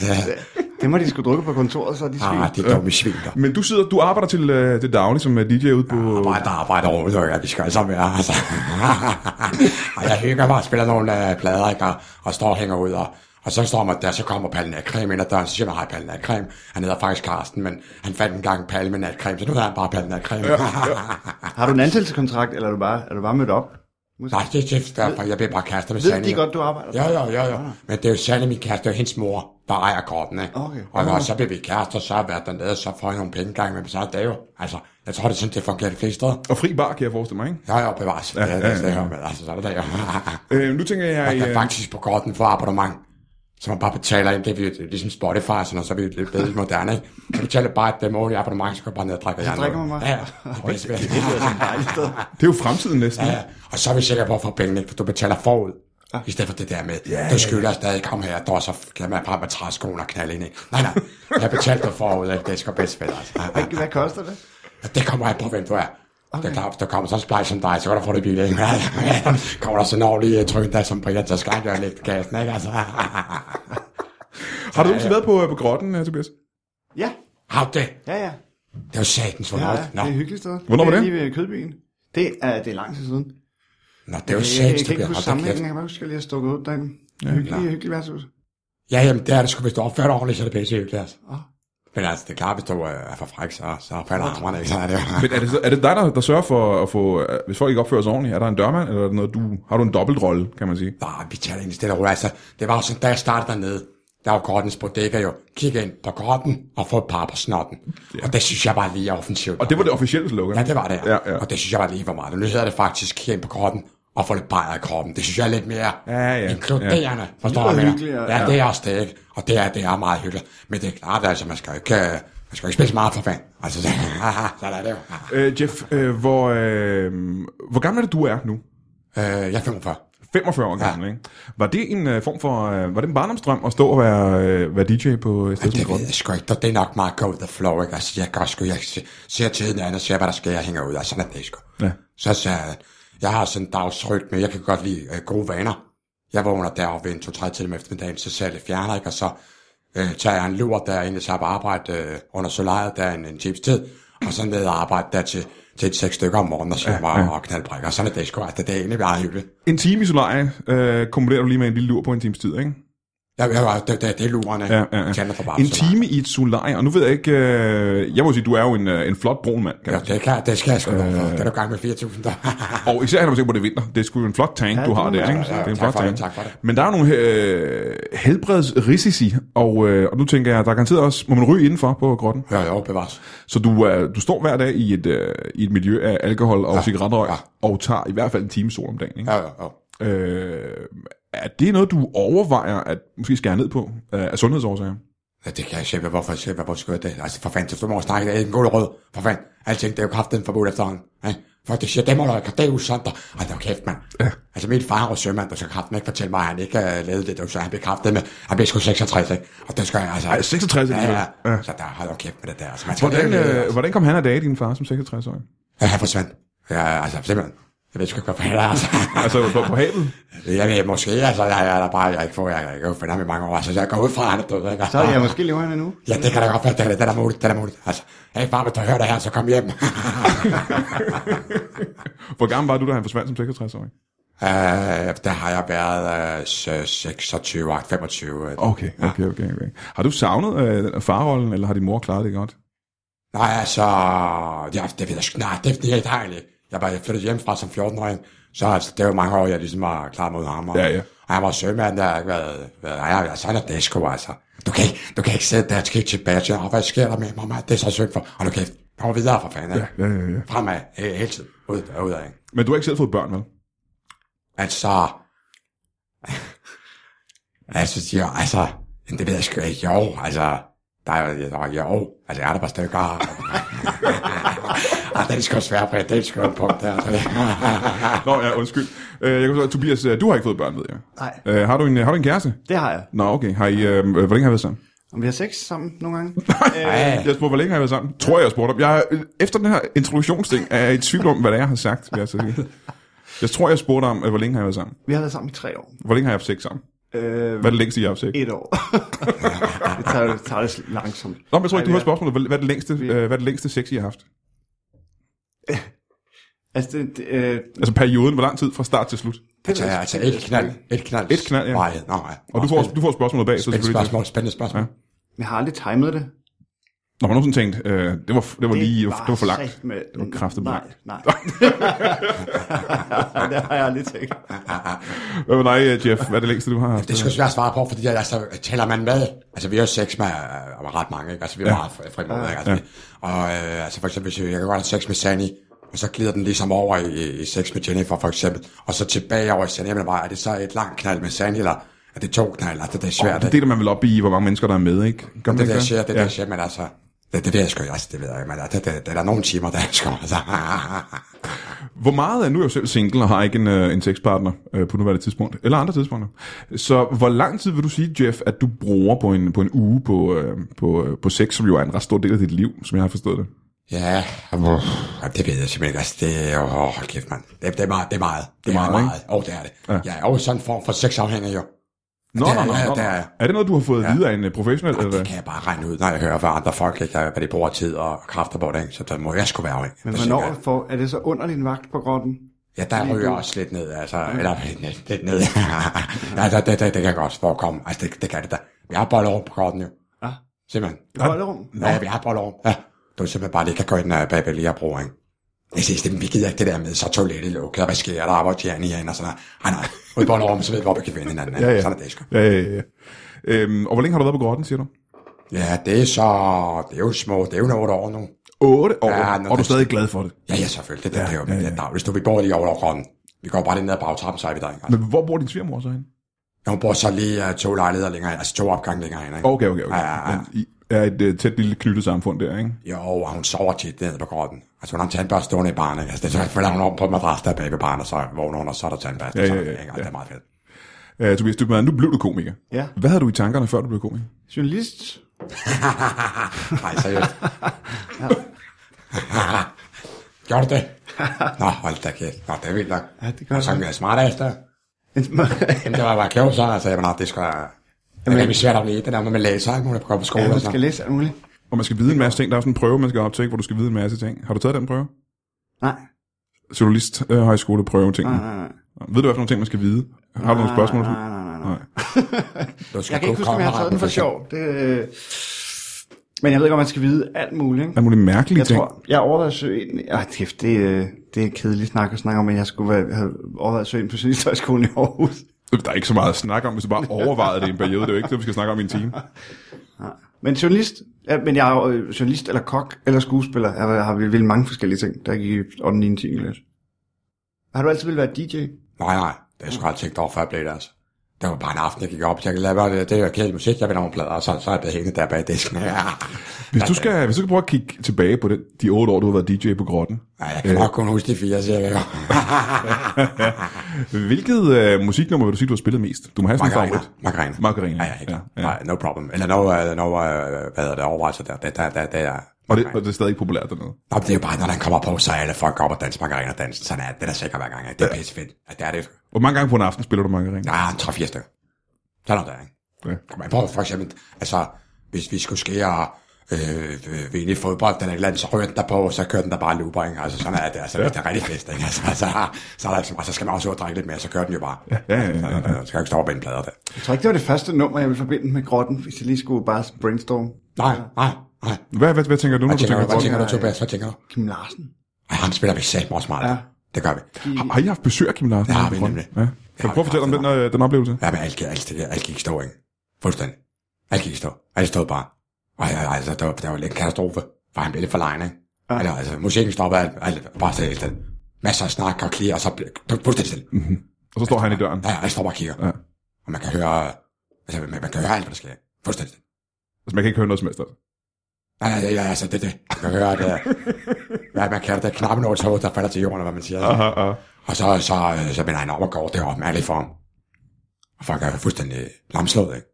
ja. Det må de skulle drukke på kontoret, så er de svin. Ah, Ah, det er dumme svin, der. Men du sidder, du arbejder til øh, det daglige som øh, DJ ude på... Arbejde, der arbejder over, så ja, vi skal alle sammen være, altså. og jeg hygger mig og spiller nogle øh, plader, ikke? Og, og står og hænger ud, og, og så står man der, så kommer Palle Natcreme ind ad døren, så siger man, hej Palle Natcreme. Han hedder faktisk Karsten, men han fandt engang Palle med Natcreme, så nu hedder han bare Palle Natcreme. har du en ansættelseskontrakt, eller er du bare, er du bare mødt op? Nej, det er det, derfor, jeg bliver bare kærester med Ved de Sandy. godt, du arbejder? Ja, ja, ja, ja. Men det er jo Sanne, min kæreste, det er jo hendes mor, der ejer korten, ikke? Okay. Og når så bliver vi kærester, så har jeg været dernede, så får jeg nogle penge engang, men så er det jo. Altså, jeg tror, det er sådan, det fungerer de fleste steder. Og fri bar, kan jeg forestille mig, ikke? Ja, ja, bevares. Ja, ja, ja. Det, det, det, det, det, altså, så er det der jo. Øh, nu tænker jeg... Jeg er Øh, faktisk på korten for abonnement. Så man bare betaler ind, det er vi jo- ligesom Spotify, og sådan noget, så er vi jo lidt bedre moderne, ikke? Man betaler bare et månedligt abonnement, så går jeg bare ned og drikker jern. drikker man bare? Ja, ja. Det er bedst, Det er sådan et dejligt sted. det er jo fremtiden næsten. ja. Og så er vi sikre på at få pengene, for du betaler forud. I stedet for det der med, du skylder stadig, kom her, du så kan man bare med træskoen og knalde ind i. Nej, nej, jeg betalte forud, ikke? det er sgu bedst fedt, altså. Hvad, hvad koster det? Ja, Det kommer an på, hvem du er. Okay. Det er klart, hvis der kommer sådan en splejs som dig, så kan du få det billigt, ikke? kommer der sådan en ordentlig tryn der, som Brian, så skal jeg gøre lidt kassen, ikke? Altså. Har du nogensinde været på, øh, på grotten, øh, Tobias? Ja, Hav det. ja, ja. Det er jo satans for Ja, noget. ja, det Nå, er et hyggeligt sted. Hvornår var Det er det? Lige ved Kødbyen. Det er, det er lang tid siden. nå, det er jo Jeg, jeg, satans, jeg du kan ikke bliver huske holdt sammenhængen, kæft. jeg kan bare huske, at jeg lige har stukket ud derinde. Ja, hyggelig, hyggelig værtshus. Ja, jamen, det er det sgu, hvis du opfører dig ordentligt, så er det pisse hyggeligt, altså. Men altså, det er klart, hvis du øh, er for fræk, så, så falder armerne, ikke? Så er det Men er det, så- er det dig, der, der sørger for at få... øh, Hvis folk ikke opfører sig ordentligt, er der en dørmand, eller er det noget, du, har du en dobbeltrolle, kan man sige? Nå, vi taler egentlig stille og roligt. Altså, det var jo sådan, da jeg startede dernede, der var kortens bodega jo. Kig ind på korten og få et par på snotten. Og det synes jeg bare lige er offensivt. Og det var det officielle slogan. Ja, det var det. Ja, ja. Og det synes jeg var lige for meget. Nu hedder det faktisk kigge ind på kroppen og få lidt bajer i kroppen. Det synes jeg er lidt mere Ja, ja. inkluderende. Ja. Forstår du, Lidt hvad jeg hyggeligere, mener? Ja, det er også det, ikke? Og det er, det er meget hyggeligt. Men det er klart, altså, man skal jo ikke, øh, man skal jo ikke spille smart for fanden. Altså, så, sådan er det jo. Øh, Jeff, øh, hvor, øh, hvor gammel er det, du er nu? Øh, jeg er 45. 45 år gammel, ja. ikke? Var det en uh, form for... Uh, var det en barndomsdrøm at stå og være, uh, være DJ på et sted som Det ved Grønland? Altså, jeg sgu ikke, det er nok meget go with the flow, ikke? Altså, jeg gør sgu, jeg se- ser tiden an og ser, hvad der sker, jeg hænger ud, og sådan er det sgu. Ja. Så sagde han, jeg har sådan en dagsrytme, jeg kan godt lide øh, gode vaner. Jeg vågner deroppe ved en to-tre timer om eftermiddagen, så ser jeg lidt fjerner, ikke? og så øh, tager jeg en lur derinde, så er jeg på arbejde øh, under solariet der en, en times tid, og så ned og arbejde der til, til et seks stykker om morgenen, og så ja, bare ja. og knaldbrækker. Sådan er det sgu, altså, det er egentlig meget hyggeligt. En time i solarie uh, kombinerer du lige med en lille lur på en times tid, ikke? Jeg, jeg, det, det, det er lurerne, Ja, ja, ja. tænder for bare En solariet. time i et solarie, og nu ved jeg ikke... Uh, jeg må sige, du er jo en, uh, en flot brun mand, kan Ja, man det, kan, det skal jeg sgu øh... Det er du i gang med 4.000 dollar. Og især når man tænker på det er vinter. Det er sgu en flot tank, ja, Ja, du det har må der. man Ikke? sige. det er en Tak flot for det, tank. tak for det. Men der er nogle øh, helbredsrisici, og, øh, og nu tænker jeg, der er garanteret også, må man ryge indenfor på grotten. Ja, jo, bevares. Så du, øh, du står hver dag i et, øh, i et miljø af alkohol og ja, cigaretrøg, ja. og tager i hvert fald en time sol om dagen. Ikke? Ja, ja, ja. Ja. Øh, er det noget, du overvejer at måske skære ned på øh, af sundhedsårsager? Ja, det kan jeg se, hvorfor jeg hvor skørt det. Altså, for fanden, så må jeg snakke, det er en god rød. For fanden, alting, det er jo kraften forbudt efterhånden. ikke? For det siger, det må du ikke, det er jo sandt. Ej, det er jo kæft, mand. Ja. Altså, min far var sømand, der så kraften ikke fortælle mig, at han ikke uh, lavede det, det var så han blev kraftet med, han blev sgu 66, ikke? Og det skal jeg altså... Ej, 66 ja, alligevel. ja, Ja. ja. Så der hold jo kæft med det der. Altså, man skal Hvordan, leve livet, øh, altså. hvordan kom han af dage, din far, som 66-årig? Ja, han forsvandt. Ja, altså, simpelthen. Jeg ved sgu ikke, hvorfor han er, altså. Altså på, på havet? jeg ved, måske, altså, jeg, jeg er der bare, jeg ikke får, jeg, jeg, jeg, jeg, ham i mange år, altså, jeg går ud fra, at han er død, ikke? Så ja, måske lever han endnu. Ja, det kan da godt være. Det, er- det er da muligt, det er da muligt. Altså, hey far, hvis du hører det her, så kom hjem. Hvor gammel var du, da han forsvandt som 66-årig? øh, der har jeg været øh, 26, 25. øh. Okay, okay, okay, okay. Har du savnet øh, den her farrollen, eller har din mor klaret det godt? Nej, altså, ja, det ved jeg sgu, nej, det, det er helt dejligt. Jeg var flyttet hjemmefra som 14-årig, så altså, det var mange år, jeg ligesom var klar mod ham. Og, Ja, ja. Og han var sømand, der har ikke været, været ejer, altså, han er det sgu, altså. Du kan, ikke, du kan ikke sidde der og kigge tilbage til, "Åh, hvad sker der med mig, mand? det er så synd for. Og du kan komme videre for fanden, ikke? Ja, ja, ja. Fremad, he- hele tiden, ud, ud af, ikke? Men du har ikke selv fået børn, vel? Altså... altså, jo, altså... jamen, Det ved jeg sgu ikke. Jo, altså... Der er jo, der er jo, altså jeg er der bare stykker. ah, den skal svært på, den skal en punkt der. altså. Nå, ja, undskyld. Øh, jeg kan så, Tobias, øh, du har ikke fået børn, ved jeg. Nej. Øh, har, du en, øh, har du en kæreste? Det har jeg. Nå, okay. Har I, øh, hvor længe har I været sammen? Om vi har sex sammen nogle gange? Ej, Øh, Jeg spurgte, hvor længe har I været sammen? Tror jeg, jeg spurgte om. Jeg, er- øh, efter den her introduktionsting er jeg i tvivl om, hvad det er, jeg har sagt. Vil jeg, så sige. jeg tror, jeg spurgte om, øh, hvor længe har I været sammen? vi har været sammen i tre år. Hvor længe har jeg haft sex sammen? Øh, Hvad er det længste, I har haft sex? et år. det tager, det tager det langsomt. Nå, men jeg tror ikke, du har Ej, spørgsmålet. Hvad hvad er det længste, øh, hvad er det længste sex, I har haft? Altså, det, det, øh, Altså perioden, hvor lang tid fra start til slut? altså, altså et knald, et knald. Et knald, ja. Nej, nej. Og du får, du får spørgsmålet bag, så Spændende selvfølgelig. spørgsmål, spændende spørgsmål. Ja. jeg har aldrig timet det. Når man nogensinde tænkte, øh, det var, det var lige, det var, det var for langt. sagt Med, det var kraftedeme Nej, langt. nej. det har jeg aldrig tænkt. Hvad med dig, øh, Jeff? Hvad er det længste, du har haft? Det er sgu svært at svare på, fordi altså, tæller man med, altså vi har jo sex med øh, ret mange, ikke? altså vi er ja. meget fri- frimodige, ikke? altså, ja. og øh, altså for eksempel, hvis jeg jeg kan godt have sex med Sani, og så glider den ligesom over i, i sex med Jennifer for eksempel, og så tilbage over i Sani, men bare, er det så et langt knald med Sani, eller er det to knald, altså det er svært, Det ikke? deler man vel op i, hvor mange mennesker, der er med, ikke? Gør man det, ikke det, der det? siger, det Ja. der siger, men altså, det, det ved jeg sgu ikke, altså det ved jeg ikke, men altså, det, det, det, er der nogle timer, der er sgu, altså, Hvor meget er nu er jeg jo selv single og har ikke en, øh, en sexpartner øh, på nuværende tidspunkt, eller andre tidspunkter. Så hvor lang tid vil du sige, Jeff, at du bruger på en, på en uge på, øh, på, øh, på sex, som jo er en ret stor del af dit liv, som jeg har forstået det? ja, uh, det ved jeg simpelthen ikke, altså det er, åh, hold kæft mand, det, det er meget, det er meget, det er meget, meget, meget, åh, det er det, ja, jeg er jo sådan en form for sexafhængig jo, Nå, Det nå, er- nå, ja, nå, det nå. er- Er det noget, du har fået at vide af en øh, professionel? Eller? hvad? Det kan jeg bare regne ud, når jeg hører fra andre folk, ikke, hvad de bruger tid og kræfter på det, ikke? så der må jeg sgu være afhængig. Men Det er sikkert. hvornår får, er det så underlig en vagt på grotten? Ja, der ryger jeg også lidt ned, altså, ja. eller lidt- lidt ned. ja, det, det, det, det kan godt forekomme, altså det, det kan det da. Vi har bollerum på korten jo, Ah, simpelthen. et holderum? Ja, vi har bollerum, ja. Du er simpelthen bare lige kan gå ind øh, bag ved lige og bruge, ikke? Jeg synes, det, vi gider ikke det der med, så er toilettet lukket, og hvad sker der, hvor tjener I hen, og sådan noget. Ej, nej, ude i bollerum, så ved vi, hvor vi kan finde hinanden. ikke? Ja, ja. Sådan er det sgu. Ja, ja, ja. Øhm, og hvor længe har du været på grotten, siger du? Ja, det er så, det er jo små, det er jo nogle år nu. 8 år, Ja, ja, nå, og du er det- stadig glad for det. Ja, ja, selvfølgelig. Det, det, ja, det er jo ja, ja. dagligt. Du, vi bor lige over grunden. Vi går bare lige ned ad bagtrappen, så er vi der. Ikke? Altså, Men hvor bor din svigermor så henne? øh, ja, hun bor så lige uh, to lejligheder længere, altså to opgange længere hen. Ikke? Okay, okay, okay. Ja, ja, ja. Men I, er et øh, tæt lille knyttet samfund der, ikke? Jo, og hun sover tit nede på grotten. Altså hun har en tandbørste stående i barnet. ikke? Altså, det er selvfølgelig, hun over på en madras, der er babybarn, og så vågner hun, og så er der tandbørste. Ja, Ja, ja, ja, ja, ja, ja. Det er meget fedt. Øh, Tobias Dybmad, nu blev du komiker. Ja. Hvad havde du i tankerne, før du blev komiker? Journalist? Nej, seriøst. Gjorde du det? Nå, hold da kæft. Nå, det er vildt nok. Ja, det gør og så det. blev jeg smart efter. Jamen, det var bare klog, så altså, jeg mener, det skal... Det er nemlig svært at blive, det der med, man læser, ikke? Hun er på skole ja, og man sådan skal læse alt muligt. Og man skal vide en masse ting. Der er sådan en prøve, man skal op til, hvor du skal vide en masse ting. Har du taget den prøve? Nej, Journalist øh, højskole prøve ting. nej, nej. Ved du, hvad for nogle ting, man skal vide? Har du nogle spørgsmål? Nej, nej, nej, nej. Nej. Du skal Jeg kan ikke huske, kunne om jeg komme har taget den for ret, men sjov. Det, øh, men jeg ved godt, man skal vide alt muligt. Ikke? Der er nogle mærkelige Jeg ting. tror, jeg overvejede at søge ind... Åh, kæft, det, øh, det er kedeligt snak at snakke om, men jeg skulle være, have overvejet at søge ind på Sydhøjskolen i Aarhus. Øh, Der er ikke så meget at snakke om, hvis du bare overvejede det i en periode. Det er jo ikke det, vi skal snakke om i en time. Men journalist, ja, men jeg er jo, øh, journalist eller kok eller skuespiller. Jeg har, jeg har ville mange forskellige ting, der gik i 8. 9. 10. klasse. Har du altid ville være DJ? Nej, nej, det er sgu aldrig tænkt over, før jeg blev det, altså. Det var bare en aften, jeg gik op, jeg kan lade være, det er jo kedelig musik, jeg vinder nogle plader, og så, så er jeg blevet hængende der bag disken. Ja, Hvis du skal, hvis du skal prøve at kigge tilbage på den, de otte år, du har været DJ på Grotten, Ja, jeg kan nok kun huske de fire, siger jeg. hvilket øh, musiknummer vil du sige, du har spillet mest? Du må have sådan en Margarina. favorit. Margarina. Margarina. Ja, ja, helt. Ja, Ja, ja. Nej, no problem. Eller no, uh, no uh, hvad hedder det, overvejelser der. Det, der, der, der. Og det, og det er stadig populært dernede. Nå, det er jo bare, når den kommer på, så er alle folk op og danser margarina og danser. Sådan er det, det er sikkert hver gang. ikke? Det er pisse fedt. Ja, det er det. sgu. Hvor mange gange på en aften spiller du Margarina? Ja, en 3-4 stykker. Sådan er det, ikke? Ja. Kom an på, for eksempel, altså, hvis vi skulle skære øh, øh, vinde i fodbold, den eller andet, så rører den der på, og så kører den der bare looper, ikke? Altså, sådan er det, altså, hvis det er rigtig fest, ikke? Altså, så, så, er der ikke så, meget. så skal man også ud og drikke lidt mere, så kører den jo bare. Ja, ja, ja, ja. Så kan jo ikke stå op med en plade der. Jeg tror ikke, det var det første nummer, jeg ville forbinde med grotten, hvis jeg lige skulle bare brainstorm. Nej, nej, nej. Hvad, hvad, hvad tænker du, når du Hvad tænker tænker du, hvad Grotten? tænker du, Tobias? Hvad tænker du? Kim Larsen. Ej, ham spiller vi satme også meget. Ja. Ja. Det gør vi. Ah, Har, har I haft besøg af Kim Larsen? Det har på vi Grotten? nemlig. Ja. Det Kan har du prøve at vi fortælle om den, faktisk. øh, den oplevelse? Ja, men alt, gik- alt, alt, alt gik i stå, ikke? Fuldstændig. Alt gik i stå. Alt stod bare. Og jeg, altså, det var, det var lidt en katastrofe, for han blev lidt for lejende, ikke? Ja. Altså, altså, musikken stoppede, alt, alt bare stille stille. Masser af snak og klir, og så blev det fuldstændig stille. Og så står han i døren. Ja, ja, jeg står bare og kigger. Ja. Mhm. Ja. Og man kan høre, altså, man, man kan høre alt, hvad der sker. Fuldstændig stille. Altså, man kan ikke høre noget som helst. altså. Ja, ja, ja, altså, det er det. Man kan høre, at, øh, hvad man kalder det, knappen over toget, der falder til jorden, eller hvad man siger. ikke? Aha, aha. Og så, så, øh, så vender han op og går deroppe med alle i form. Og folk er jo fuldstændig lamslået, ikke?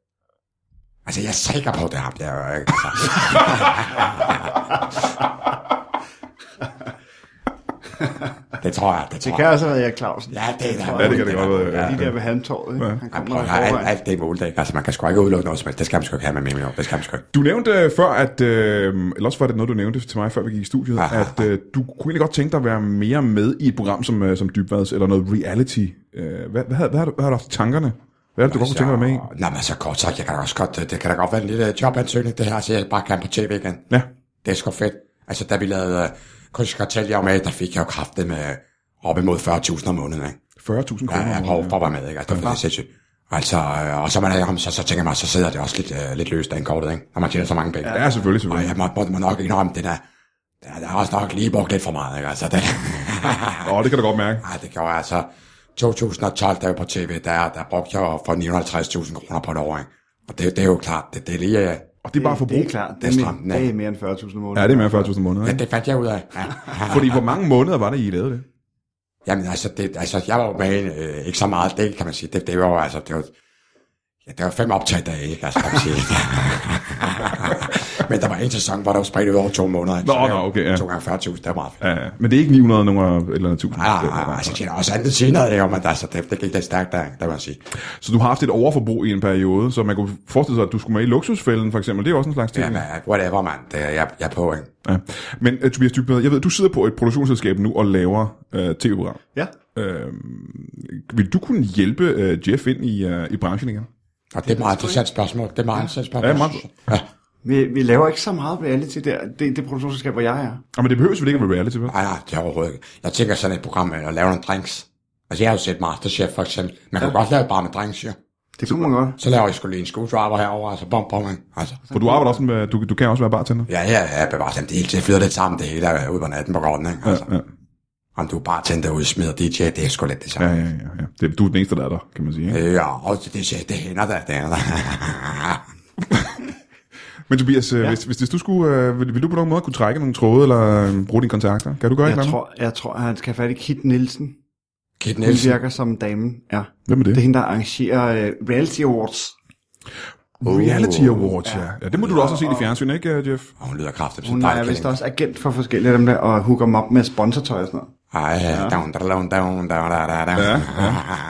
Altså, jeg er sikker på, det er ham der, jo, ikke? Altså, det tror jeg, det tror Det jeg. kan også have været Erik Clausen. Ja, det er det. Ah. Ja, det kan det godt være. Ja, Ja. de der ved handtorvet, ikke? Han Ej, kommer prøv der at høre, alt, forvejen. alt det er muligt, ikke? Altså, man kan sgu ikke udelukke noget som helst. Det skal man sgu ikke have med min Det skal man sgu ikke. Du nævnte øh, før, at, øh, eller også var det noget, du nævnte til mig, før vi gik i studiet, Aha. at øh, du kunne egentlig godt tænke dig at være mere med i et program som, øh, som Dybvads, eller noget reality. Øh, hvad, hvad, havde- hvad, har du, hvad har du haft i tankerne? Hvad er det, du godt kunne tænke dig at være med i? Nå, men så kort sagt, jeg kan da også godt, det kan da godt være en lille jobansøgning, det her, så jeg bare kan på tv igen. Ja, Det er sgu fedt. Altså, da vi lavede uh, Kryds Kartel, jeg var med, der fik jeg jo kraftet med op imod 40.000 om måneden, ikke? 40.000 Ja, kroner. jeg om prøver året, for at være med, ikke? Altså, det er sindssygt. Altså, øh, og så, man er, så, så tænker man, så sidder det også lidt, øh, lidt løst den kortet, ikke? Når man tjener så mange penge. Ja, selvfølgelig, Og selvfølgelig. jeg må, må, må nok indrømme, den er, den er, den er også nok lige brugt lidt for meget, ikke? Altså, den, Åh, det kan du godt mærke. Ej, det gjorde jeg altså. 2012, der var på tv, der, der brugte jeg jo for 950.000 kroner på et år, ikke? Og det, det er jo klart, det, det er lige... øh, Og det er bare Det forbrug. er klart, det Det er er, stramt, mere, det er mere end 40.000 måneder. Ja, det er mere end 40.000 måneder. Ja, Ikke? det fandt jeg ud af. Ja. Fordi hvor mange måneder var det, I lavede det? Jamen altså, det, altså jeg var jo med hende, øh, ikke så meget, det kan man sige. Det, det var jo altså, det var, ja, det var fem optag dage, ikke? Altså, kan man sige. Men der var en sæson, hvor der var spredt ud over to måneder. Ikke? Nå, Så det nå, var okay, ja. To gange 40.000, det var meget fedt. Ja, ja. men det er ikke 900 nogen eller andet tusind. Nej, nej, nej, altså, jeg tjener også andet senere, ikke? men altså, det, det gik lidt stærkt der, ikke? det må jeg sige. Så du har haft et overforbrug i en periode, så man kunne forestille sig, at du skulle med i luksusfælden for eksempel. Det er jo også en slags ting. Jamen, øh, whatever, mand, det, er jeg, jeg er på, ikke? Ja. Men uh, Tobias Dybvad, jeg ved, du sidder på et produktionsselskab nu og laver uh, tv-program. Ja. Uh, vil du kunne hjælpe uh, Jeff ind i, uh, i branchen igen? Og det er et meget interessant spørgsmål. Det er meget interessant spørgsmål. Ja, meget. Ja. Vi, vi laver ikke så meget reality der. Det, det produktionsselskab, hvor jeg er. Og men det behøver vel ikke at være reality, vel? Nej, nej, det er overhovedet ikke. Jeg tænker sådan et program, øh, at lave nogle drinks. Altså, jeg har jo set Masterchef, for eksempel. Man kan ja. godt lave bare med drinks, jo. Ja. Det kunne man godt. Så laver jeg skulle lige en screwdriver herover, altså bom, bom, ikke? altså. For du arbejder også med, du, du kan også være bartender. Ja, ja, ja, bevares, jamen, det hele det flyder lidt sammen, det hele er ude på natten på gården, ikke? Altså. ja. Om du bare tænder ud, smider DJ, det er sgu lidt det Ja, samme. Øh, ja, ja. ja. Det, du er den eneste, der er der, kan man sige. Ikke? Ja, ja og det, det, det hænder der, det hænder der. Men Tobias, ja. hvis, hvis, hvis du skulle, øh, vil, vil du på nogen måde kunne trække nogle tråde, eller øh, bruge dine kontakter? Kan du gøre et Jeg eller andet? tror, jeg tror, han skal have fat i Kit Nielsen. Kit Hun Nielsen. virker som damen, ja. Hvem er det? Det er hende, der arrangerer uh, Reality Awards. Reality Awards, ja. ja. det må du da også have set i fjernsynet, ikke, øh, Jeff? Og hun lyder kraftigt. Hun er vist også agent for forskellige af dem der, og hooker dem op med sponsortøj og sådan noget. Ej, down, down, down, down, down, down, down. Ja, ja.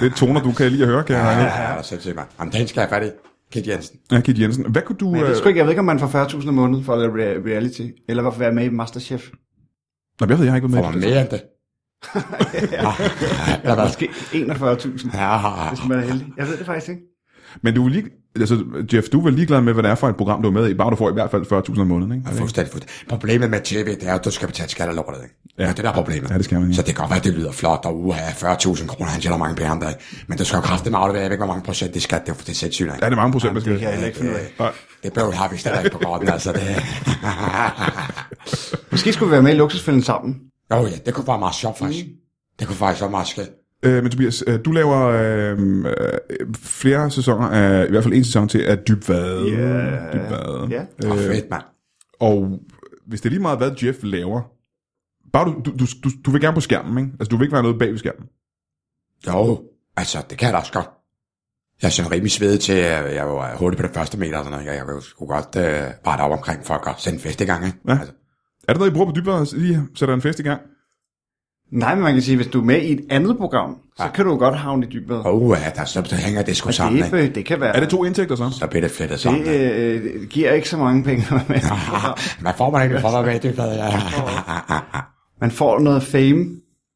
Det er toner, du kan lige at høre, kan jeg regne ud. Ja, ja, sindssygt, mand. Jamen, den skal jeg have fat i. Kit Jensen. Ja, Kit Jensen. Hvad kunne du... Men jeg, Øh, ved sgu ikke, jeg ved ikke, om man får 40.000 om måneden for at lave rea- reality, eller hvorfor være med i Masterchef. nej, jeg ved, jeg har ikke Får været man med. i det. mere end det? ja, eller hvad? Måske 41.000, Ja, hvis man er heldig. Jeg ved det faktisk ikke. Men du er lige, altså, Jeff, du er vel ligeglad med, hvad det er for et program, du er med i, bare du får i hvert fald 40.000 om måneden, ikke? Ja, fuldstændig, fuldstændig. Problemet med tv, det er, at du skal betale skat og lortet, ikke? Ja. Det er det, der er problemet. Ja, det skal man, ja. Så det kan godt være, at det lyder flot, og uha, 40.000 kroner, han tjener mange penge om dagen. Men du skal jo kraftedeme aflevere, jeg ved ikke, hvor mange procent i skat, det er for det er sindssygt, ikke? Ja, det er mange procent, man skal... Det kan jeg heller ikke finde ud af. Nej. Det bøvl har vi stadig ikke på korten, altså. Det... Måske skulle vi være med i luksusfælden sammen. jo, ja, det kunne være meget sjovt, faktisk. Mm. Det kunne faktisk være meget skægt. Øh, men Tobias, øh, du laver øh, øh, flere sæsoner, af, i hvert fald en sæson til, af dybvade. Ja. dybvade. Øh, Ja. Åh, Øh, fedt, mand. og hvis det er lige meget, hvad Jeff laver, bare du, du, du, du, du vil gerne på skærmen, ikke? Altså, du vil ikke være noget bag ved skærmen. Jo, altså, det kan jeg da også godt. Jeg er sådan rimelig svedig til, øh, jeg var hurtig på det første meter, og sådan noget. Jeg, jeg kunne sgu godt øh, bare op omkring folk og sende en fest i gang, ikke? Ja. Altså, Er der noget, I bruger på dybvade? Lige sætter en fest i gang? Nej, men man kan sige, hvis du er med i et andet program, så kan du godt havne i dybere. og uha, der, så, så hænger det sgu sammen, ikke? Det, det kan være. Er det to indtægter så? Så bliver det flettet sammen. det øh, det giver ikke så mange penge. når man er med i et program. Man får man ikke for at være det, ja. Man får noget fame,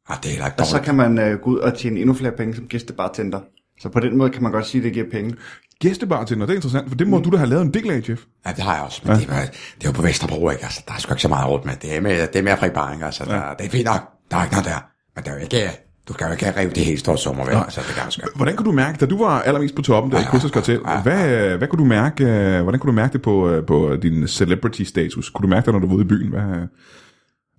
Ah, det er heller ikke og så dårligt. kan man øh, gå ud og tjene endnu flere penge som gæstebartender. Så på den måde kan man godt sige, at det giver penge. Gæstebartender, det er interessant, for det må mm. du da have lavet en del af, Jeff. Ja, det har jeg også, men ja. det, er, det er jo på Vesterbro, ikke? Altså, der er sgu ikke så meget rundt med. Det er mere, det er mere fri bar, ikke? Altså, der, det er fint nok. Der er ikke noget der. Men det er jo ikke, du kan jo ikke rive det helt store sommer, vel? Altså, det kan jeg sgu ikke. Hvordan kunne du mærke, da du var allermest på toppen der i Krysters Kartel, hvad, hvad kunne du mærke, øh, hvordan kunne du mærke det på, øh, på din celebrity status? Kunne du mærke det, når du var ude i byen? Hvad, øh,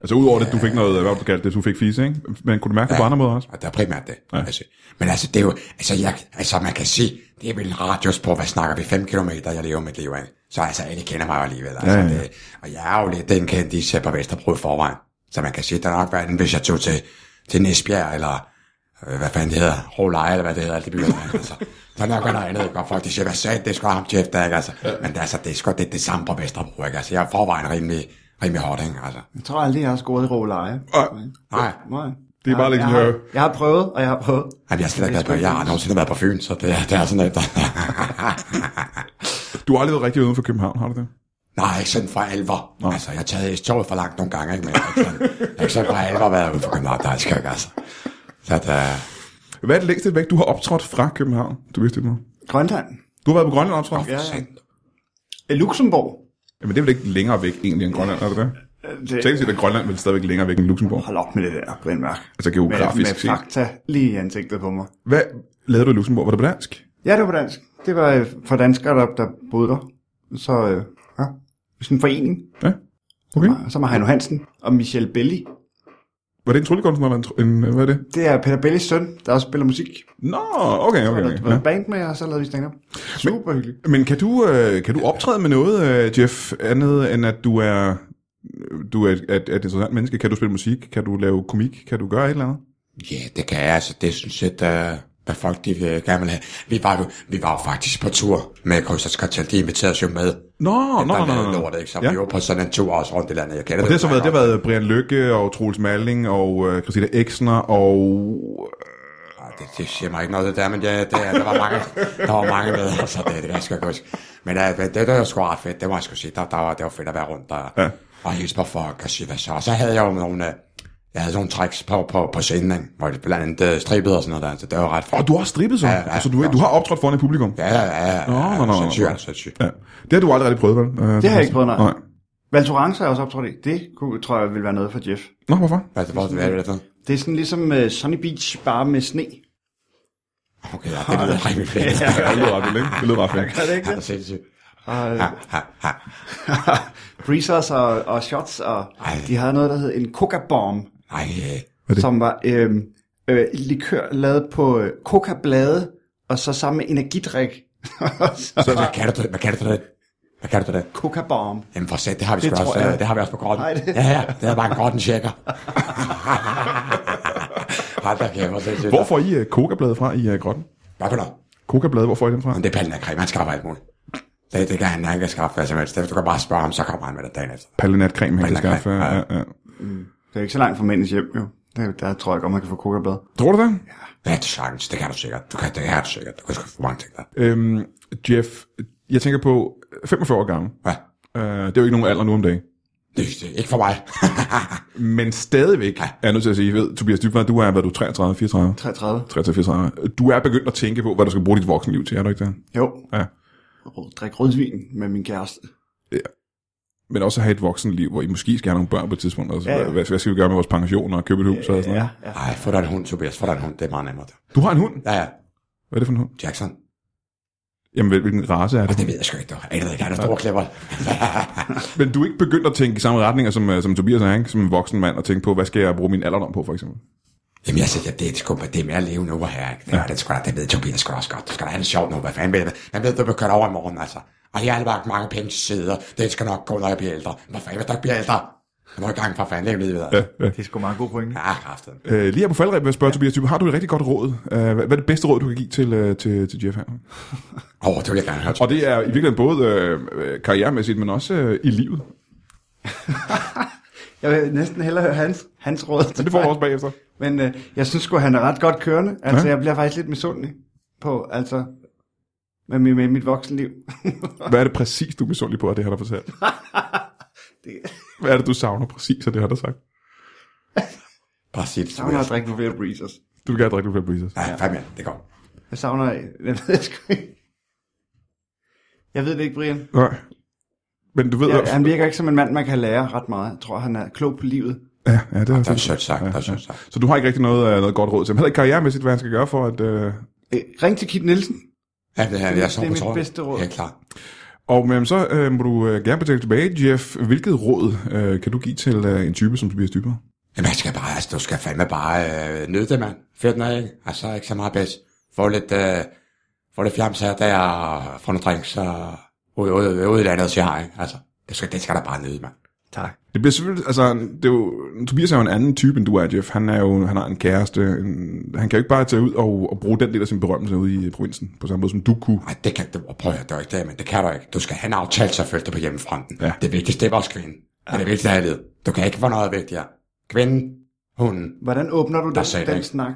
altså udover det, du fik noget, hvad var det, du kaldte det, du fik fise, ikke? Men kunne du mærke det på andre måder også? Og det er primært det. Ja. Altså. Men altså, det er jo, altså, jeg, altså, man kan sige, det er vel en radius på, hvad snakker vi, 5 km, jeg lever mit liv, ikke? Så altså, alle kender mig jo alligevel, altså, Ja, ja, ja. ja. Det, og jeg er jo lidt den kendte i på Vesterbro i forvejen. Så man kan sige, der er nok været en, hvis jeg tog til, til Næsbjerg, eller øh, hvad fanden det hedder, Roleje, eller hvad det hedder, alt det byer, der, altså. Der er nok været noget andet, ikke? Og folk, de siger, hvad sagde det, er sgu ham, Jeff, der, ikke? Altså, men det, er altså, det er sgu det, det samme på Vesterbro, ikke? Altså, jeg er i forvejen rimelig, rimelig hårdt, ikke? Altså, Jeg tror aldrig, jeg har scoret i råleje. Nej. nej. Nej. Det er bare lidt jeg, sådan, har, øh. jeg har prøvet, og jeg har prøvet. Jamen, jeg er slet ikke glad på, jeg har nogensinde været på Fyn, så det, er- det er sådan lidt. Du har aldrig været rigtig uden for København, har du det? Nej, ikke sådan for alvor. Nå. Altså, jeg har taget toget for langt nogle gange, ikke? men jeg har ikke sådan, jeg har ikke sådan for alvor været ude for København. Nej, det skal jeg ikke, altså. Så at, uh, Hvad er det længste væk, du har optrådt fra København? Du vidste det nu. Grønland. Du har været på Grønland optrådt? Ja. sådan, Øh, Luxembourg. Jamen det er vel ikke længere væk egentlig end Grønland, er det det? Øh, Tænk Det, sig, at Grønland vel stadigvæk længere væk end Luxembourg. hold op med det der, Brian Mørk. Altså Med, geografisk med set. fakta lige i ansigtet på mig. Hvad lavede du i Luxembourg? Var det på dansk? Ja, det var dansk. Det var øh, for danskere, der, der boede der. Så, øh, ja, sådan en forening. Ja. Hmm? Okay. Og Så var Heino Hansen og Michel Belli. Var det en tryllekunstner eller en, tr- en, øh, hvad er det? Det er Peter Bellis søn, der også spiller musik. Nå, okay, okay. Okay, okay. der var ja. band med, og så lavede vi stand-up. Super hyggeligt. Men kan du, øh, kan du optræde med noget, øh, Jeff, andet end at du er, du er et, et, et interessant menneske? Kan du spille musik? Kan du lave komik? Kan du gøre et eller andet? Ja, det kan jeg, altså. Det synes jeg, at, uh, hvad folk de uh, gerne vil have. Vi var, jo, vi var jo faktisk på tur med Krysters Kartel. De inviterede os jo med. Nå, nå, Der nå, lavede nå, nå. lortet, ikke? Så Ja. ja. vi var på sådan en tur også rundt i landet. Jeg kender Og det har så meget været, det godt. har været Brian Lykke og Troels Malling og øh, Christina Eksner og... Ej, Det, det siger mig ikke noget, det der, men ja, det, der, var mange, der var mange med, altså det, det kan jeg sgu ikke huske. Men ja, det, det, var sgu ret fedt, det må jeg sgu sige, der, der var, det var fedt at være rundt der, ja. og hilse på folk og sige, hvad så. Og så havde jeg jo nogle, øh, jeg havde sådan nogle tricks på, på, på scenen, ikke? hvor det blandt andet øh, strippede og sådan noget der, så det var ret fedt. Og du har strippet så. Ja, Ja, ja, ja, altså, du, du har optrådt foran et publikum. Ja. Ja, ja, ja, ja, Nå, nå, nå, nå. sindssygt, altså, sindssygt. ja. Det har du aldrig rigtig prøvet, vel? Øh, Det har jeg ikke prøvet, nej. Nej. Valtorance har jeg også optrådt i. Det kunne, tror jeg ville være noget for Jeff. Nå, hvorfor? Hvad, hvad, hvad, hvad, hvad, Det er sådan ligesom uh, Sunny Beach, bare med sne. Okay, ja, det lyder rimelig fedt. Ja, Ja, det lyder ret vildt, ikke? Det lyder ret fedt. Er det ikke det er det? sindssygt. Og, øh, Ha, ha, ha. breezers og, og shots, og Ej. Ej. de havde noget, der hed en coca-bomb, Ej, øh, det? som var øh, øh, likør lavet på øh, coca-blade, og så sammen med energidrik. så, hvad kan du, til det? hvad kan du til det? Hvad kan du til det? Coca Bomb. Jamen for sæt, det har vi Det sgu tror også, jeg. øh, det har vi også på grotten. Nej, det- Ja, ja, det er bare en grotten tjekker. Hold da kæft, hvor sindssygt. Hvor får I uh, kokabladet fra i uh, grotten? Hvad for noget? Kokabladet, hvor får I dem fra? Men det er Palle Nakrem, han skaffer alt muligt. Det, det kan han, han kan skaffe hvad som helst. Det- Du kan bare spørge ham, så kommer han med det dagen efter. Palinatcreme, han kan Palinatcreme, skaffe. Ja, ja. Det er jo ikke så langt fra mændens hjem, jo. Der, der tror jeg godt, man kan få Coca Blad. Tror du det? Det er chance, det kan du sikkert. Du kan, det kan du sikkert. Du kan sgu få mange ting der. Øhm, Jeff, jeg tænker på 45 år gammel. Ja. Øh, det er jo ikke nogen alder nu om dagen. Det, det, ikke for mig. Men stadigvæk er jeg nødt til at sige, ved, Tobias Dybvad, du er, hvad du, 33, 34? 33. 33, 34. Du er begyndt at tænke på, hvad du skal bruge dit voksenliv til, er du ikke det? Jo. Ja. Rød- Drik rødvin med min kæreste. Men også at have et voksenliv, hvor I måske skal have nogle børn på et tidspunkt. Altså, Ja, ja, ja. ja. Hvad, hvad, skal vi gøre med vores pension og købe et hus? Ja, og sådan noget? Ja, Ja. ja. Nej, få dig en hund, Tobias. Få dig en hund. Det er meget nemmere. Du har en hund. Ja, ja. Hvad er det for en hund? Jackson. Jamen, hvil- hvilken race er det? Altså, Det ved jeg sgu ikke, du. Jeg ved ikke, han er stor klipper. Men du er ikke begyndt at tænke i samme retninger som, øh, som Tobias er, ikke? som en voksen mand, og tænke på, hvad skal jeg bruge min alderdom på, for eksempel? Jamen, jeg siger, ja, det er sgu, det er mere leve nu, hvor her, ikke? Det, ja. det, sgu da, det ved Tobias sgu også godt. Du skal da have det sjovt nu, hvad fanden ved det? Han ved, du bliver kørt over i morgen, altså. Og jeg har lagt mange penge til sider. Det skal nok gå, når jeg bliver ældre. Hvad fanden, hvis du ikke bliver ældre? Jeg må i gang for fanden, leve livet, altså. Det er sgu meget god pointe. Ja, kraften. Øh, lige her på faldrebet, vil jeg spørge Tobias, Dybe, har du et rigtig godt råd? Øh, hvad hvad er det bedste råd, du kan give til, øh, til, til Jeff her? Åh, oh, det vil jeg gerne høre. Og det er i virkeligheden både øh, øh, karrieremæssigt, men også øh, i livet. Jeg vil næsten hellere høre hans, hans råd. Men det får du også bagefter. Men øh, jeg synes sgu, han er ret godt kørende. Altså, Ja. ja. jeg bliver faktisk lidt misundelig på, altså, med, med, med mit voksenliv. Hvad er det præcis, du er misundelig på af det, han har fortalt? det Hvad er det, du savner præcis af det, han har sagt? Bare sig det, jeg savner Tobias. at drikke nogle flere breezers. Du vil gerne drikke nogle flere breezers. Ja, fandme, det går. Jeg savner, jeg ved jeg sgu ikke. Jeg ved det ikke, Brian. Nej. Men du ved... Jeg, Ja, han virker ikke som en mand, man kan lære ret meget. Jeg tror, han er klog på livet. ja, ja det er Ah, Det er også sødt sagt, det er sødt sagt. Så du har ikke rigtig noget, øh, noget godt råd til ham. Heller ikke karrieremæssigt, hvad han skal gøre for at... Øh... Øh, ring til Kit Nielsen. Ja, det er, jeg er så Det er på mit tråden. bedste råd. Helt klart. Og men, så øh, må du øh, gerne betale tilbage, Jeff. Hvilket råd øh, kan du give til øh, en type som Tobias Dybber? Jamen, jeg skal bare, altså, du skal fandme bare øh, nyde det, mand. Fedt nok, ikke? Altså, ikke så meget bedst. Få lidt, øh, få lidt fjams her, der og få nogle drinks og ud, ud, ud i landet, siger jeg, ikke? Altså, det skal, det skal der bare nyde, mand. Tak. Det bliver selvfølgelig, altså, det er jo, Tobias er jo en anden type, end du er, Jeff. Han er jo, han har en kæreste. En, han kan jo ikke bare tage ud og, og bruge den del af sin berømmelse ude i øh, provinsen, på samme måde som du kunne. Nej, det kan du, prøv at høre, det er jo ikke det, men det kan du ikke. Du skal have en aftale, selvfølgelig på hjemmefronten. Ja. Det vigtigste, det er vores kvinde. Ja. Det er det vigtigste af livet. Du kan ikke få noget vigtigere. Kvinden, hunden, Hvordan åbner du den, sagde det den ikke. snak?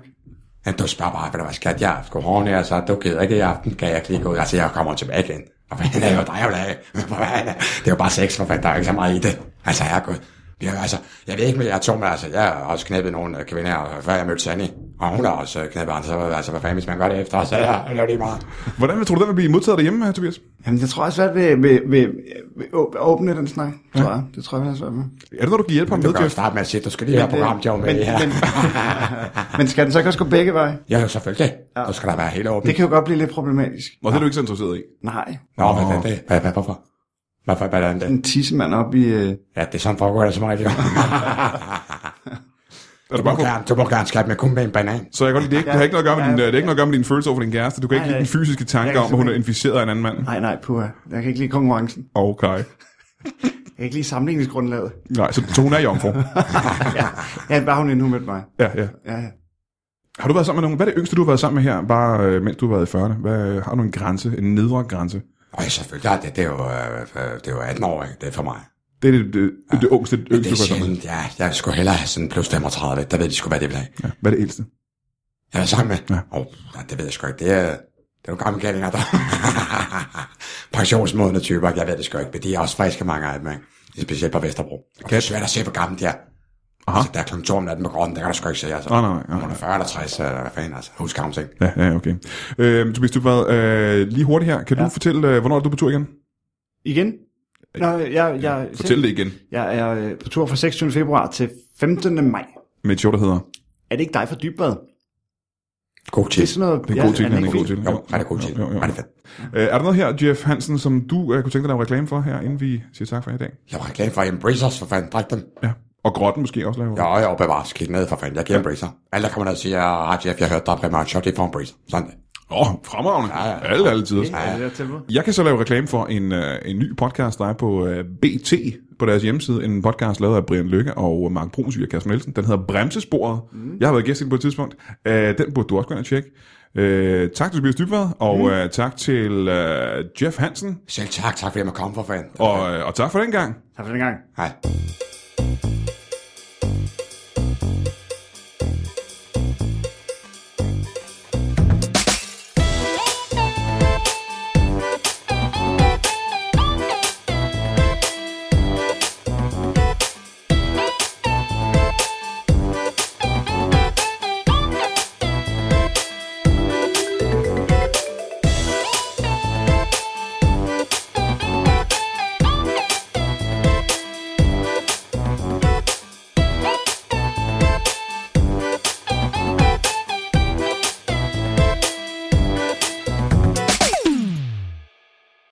Men du spørger bare, ved du hvad skat, jeg skal hården her, så du gider ikke i aften, kan jeg klikke ud, altså jeg kommer tilbage igen. Og hvad fanden er jo dig, jeg vil have? Hvad fanden er- Det er jo bare sex, for fanden, der er jo ikke så meget i det. Altså jeg er gået. Vi har, altså, jeg ved ikke med jer to, men altså, jeg har også knæppet nogle øh, kvinder, og før jeg mødte Sandy, og hun har også øh, knæppet andre, så altså, hvad fanden, hvis man gør det efter, så ja, det er jo lige meget. Hvordan tror du, den vil blive modtaget derhjemme, øh, Tobias? Jamen, jeg tror, jeg er svært ved, ved, ved, ved å- at åbne den snak, tror jeg. Det tror jeg, jeg er svært med. Er det noget, du kan hjælpe ham Du med, kan jo Jeff? starte med at sige, du skal lige have program, jeg er jo med men, i her. men, men skal den så ikke også gå begge veje? Ja, jo, selvfølgelig. Du skal da være helt åben. Det kan jo godt blive lidt problematisk. Og det er du ikke så interesseret i. Nej. Nå, hvad er det? Hvad, hvad, hvorfor? Hvorfor, hvad er det? En tissemand op i... Øh, Ja, det er sådan foregår det som rigtigt. Er du Du må bare på? gerne, du må gerne skabe med kun med en banan. Så jeg kan godt lide, det, er ikke, det har ikke noget at gøre med din, øh, Ja, det ja. er ikke noget at gøre med din følelse over for din kæreste. Du kan ikke Nej, lide den nej. fysiske tanke Jeg kan om, at hun er simpelthen- inficeret af en anden mand. nej, nej, puha. Jeg kan ikke lide konkurrencen. Okay. Jeg kan ikke lide sammenligningsgrundlaget. Nej, så, så hun er jomfru. ja, ja, bare hun inden hun mødte mig. Ja, ja. Ja, ja. Har du været sammen med nogen? Hvad er det yngste, du har været sammen med her, bare øh, mens du har været i 40'erne? Hvad, øh, har du en grænse, en nedre grænse? Og jeg selvfølgelig, ja, det, det, er jo, øh, øh, det er jo 18 år, ikke? det er for mig. Det er det, det, det, det yngste, det Men det yngste, er du har været sammen med. sjældent, ja, jeg skulle hellere have sådan plus 35, der ved de sgu, hvad det vil have. Ja. Hvad er det ældste? Jeg er sammen med, Ja. ja. oh, nej, det ved jeg sgu ikke, det er, det er jo gamle kællinger, der pensionsmodende typer, jeg ved det sgu ikke, men de er også friske mange af dem, ikke? specielt på Vesterbro. Og det er svært at se, hvor gamle de er. Aha. Altså, der er klokken 2 om natten på gården, der kan du sgu ikke se, altså. Nej, nej, nej, nej. Hun er 40 eller 60, eller hvad fanden, altså, husk ham, ikke? Ja, ja, okay. Øh, Tobias Dybvad, øh, lige hurtigt her. Kan ja. du fortælle, øh, hvornår er du på tur igen? Igen? Nå, jeg, jeg, Fortæl det igen jeg er øh, på tur fra 26. februar til 15. maj. med et show, der hedder... Er det ikke dig for dybbad? God Det tid. er sådan noget... Det er en god ja, titel, det han er en ikke god fint? titel. Jo, ret er god tid. Jo, jo, jo. Ret er fedt. Øh, er der noget her, Jeff Hansen, som du øh, kunne tænke dig at lave reklame for her, inden vi siger tak for i dag? Jeg var glad for Embracers, for fanden, drik dem. Ja. Og grotten måske også lave. Ja, "Ah, ja, bevares. Kig ned for fanden. Jeg giver en bracer. Alle, der kommer ned og siger, at Jeff, jeg hørte dig på meget shot, det får en bracer. Sådan det. Åh, oh, fremragende. Ja, Ja, ja. ja. Alle, alle tider. Ja, ja. Det er til mig. Jeg kan så lave reklame for en, øh, en ny podcast, der er på øh, BT på deres hjemmeside. En podcast lavet af Brian Lykke og Mark Brunsvig og Kasper Nielsen. Den hedder Bremsesporet. Mm. Jeg har været gæst i den på et tidspunkt. Øh, den burde du også gå ind og tjekke. Øh, tak til Tobias Dybvad, og mm. øh, tak til øh, Jeff Hansen. Selv tak, tak fordi jeg måtte komme for fanden. Og, øh, og tak for den gang. Tak for den gang. Hej.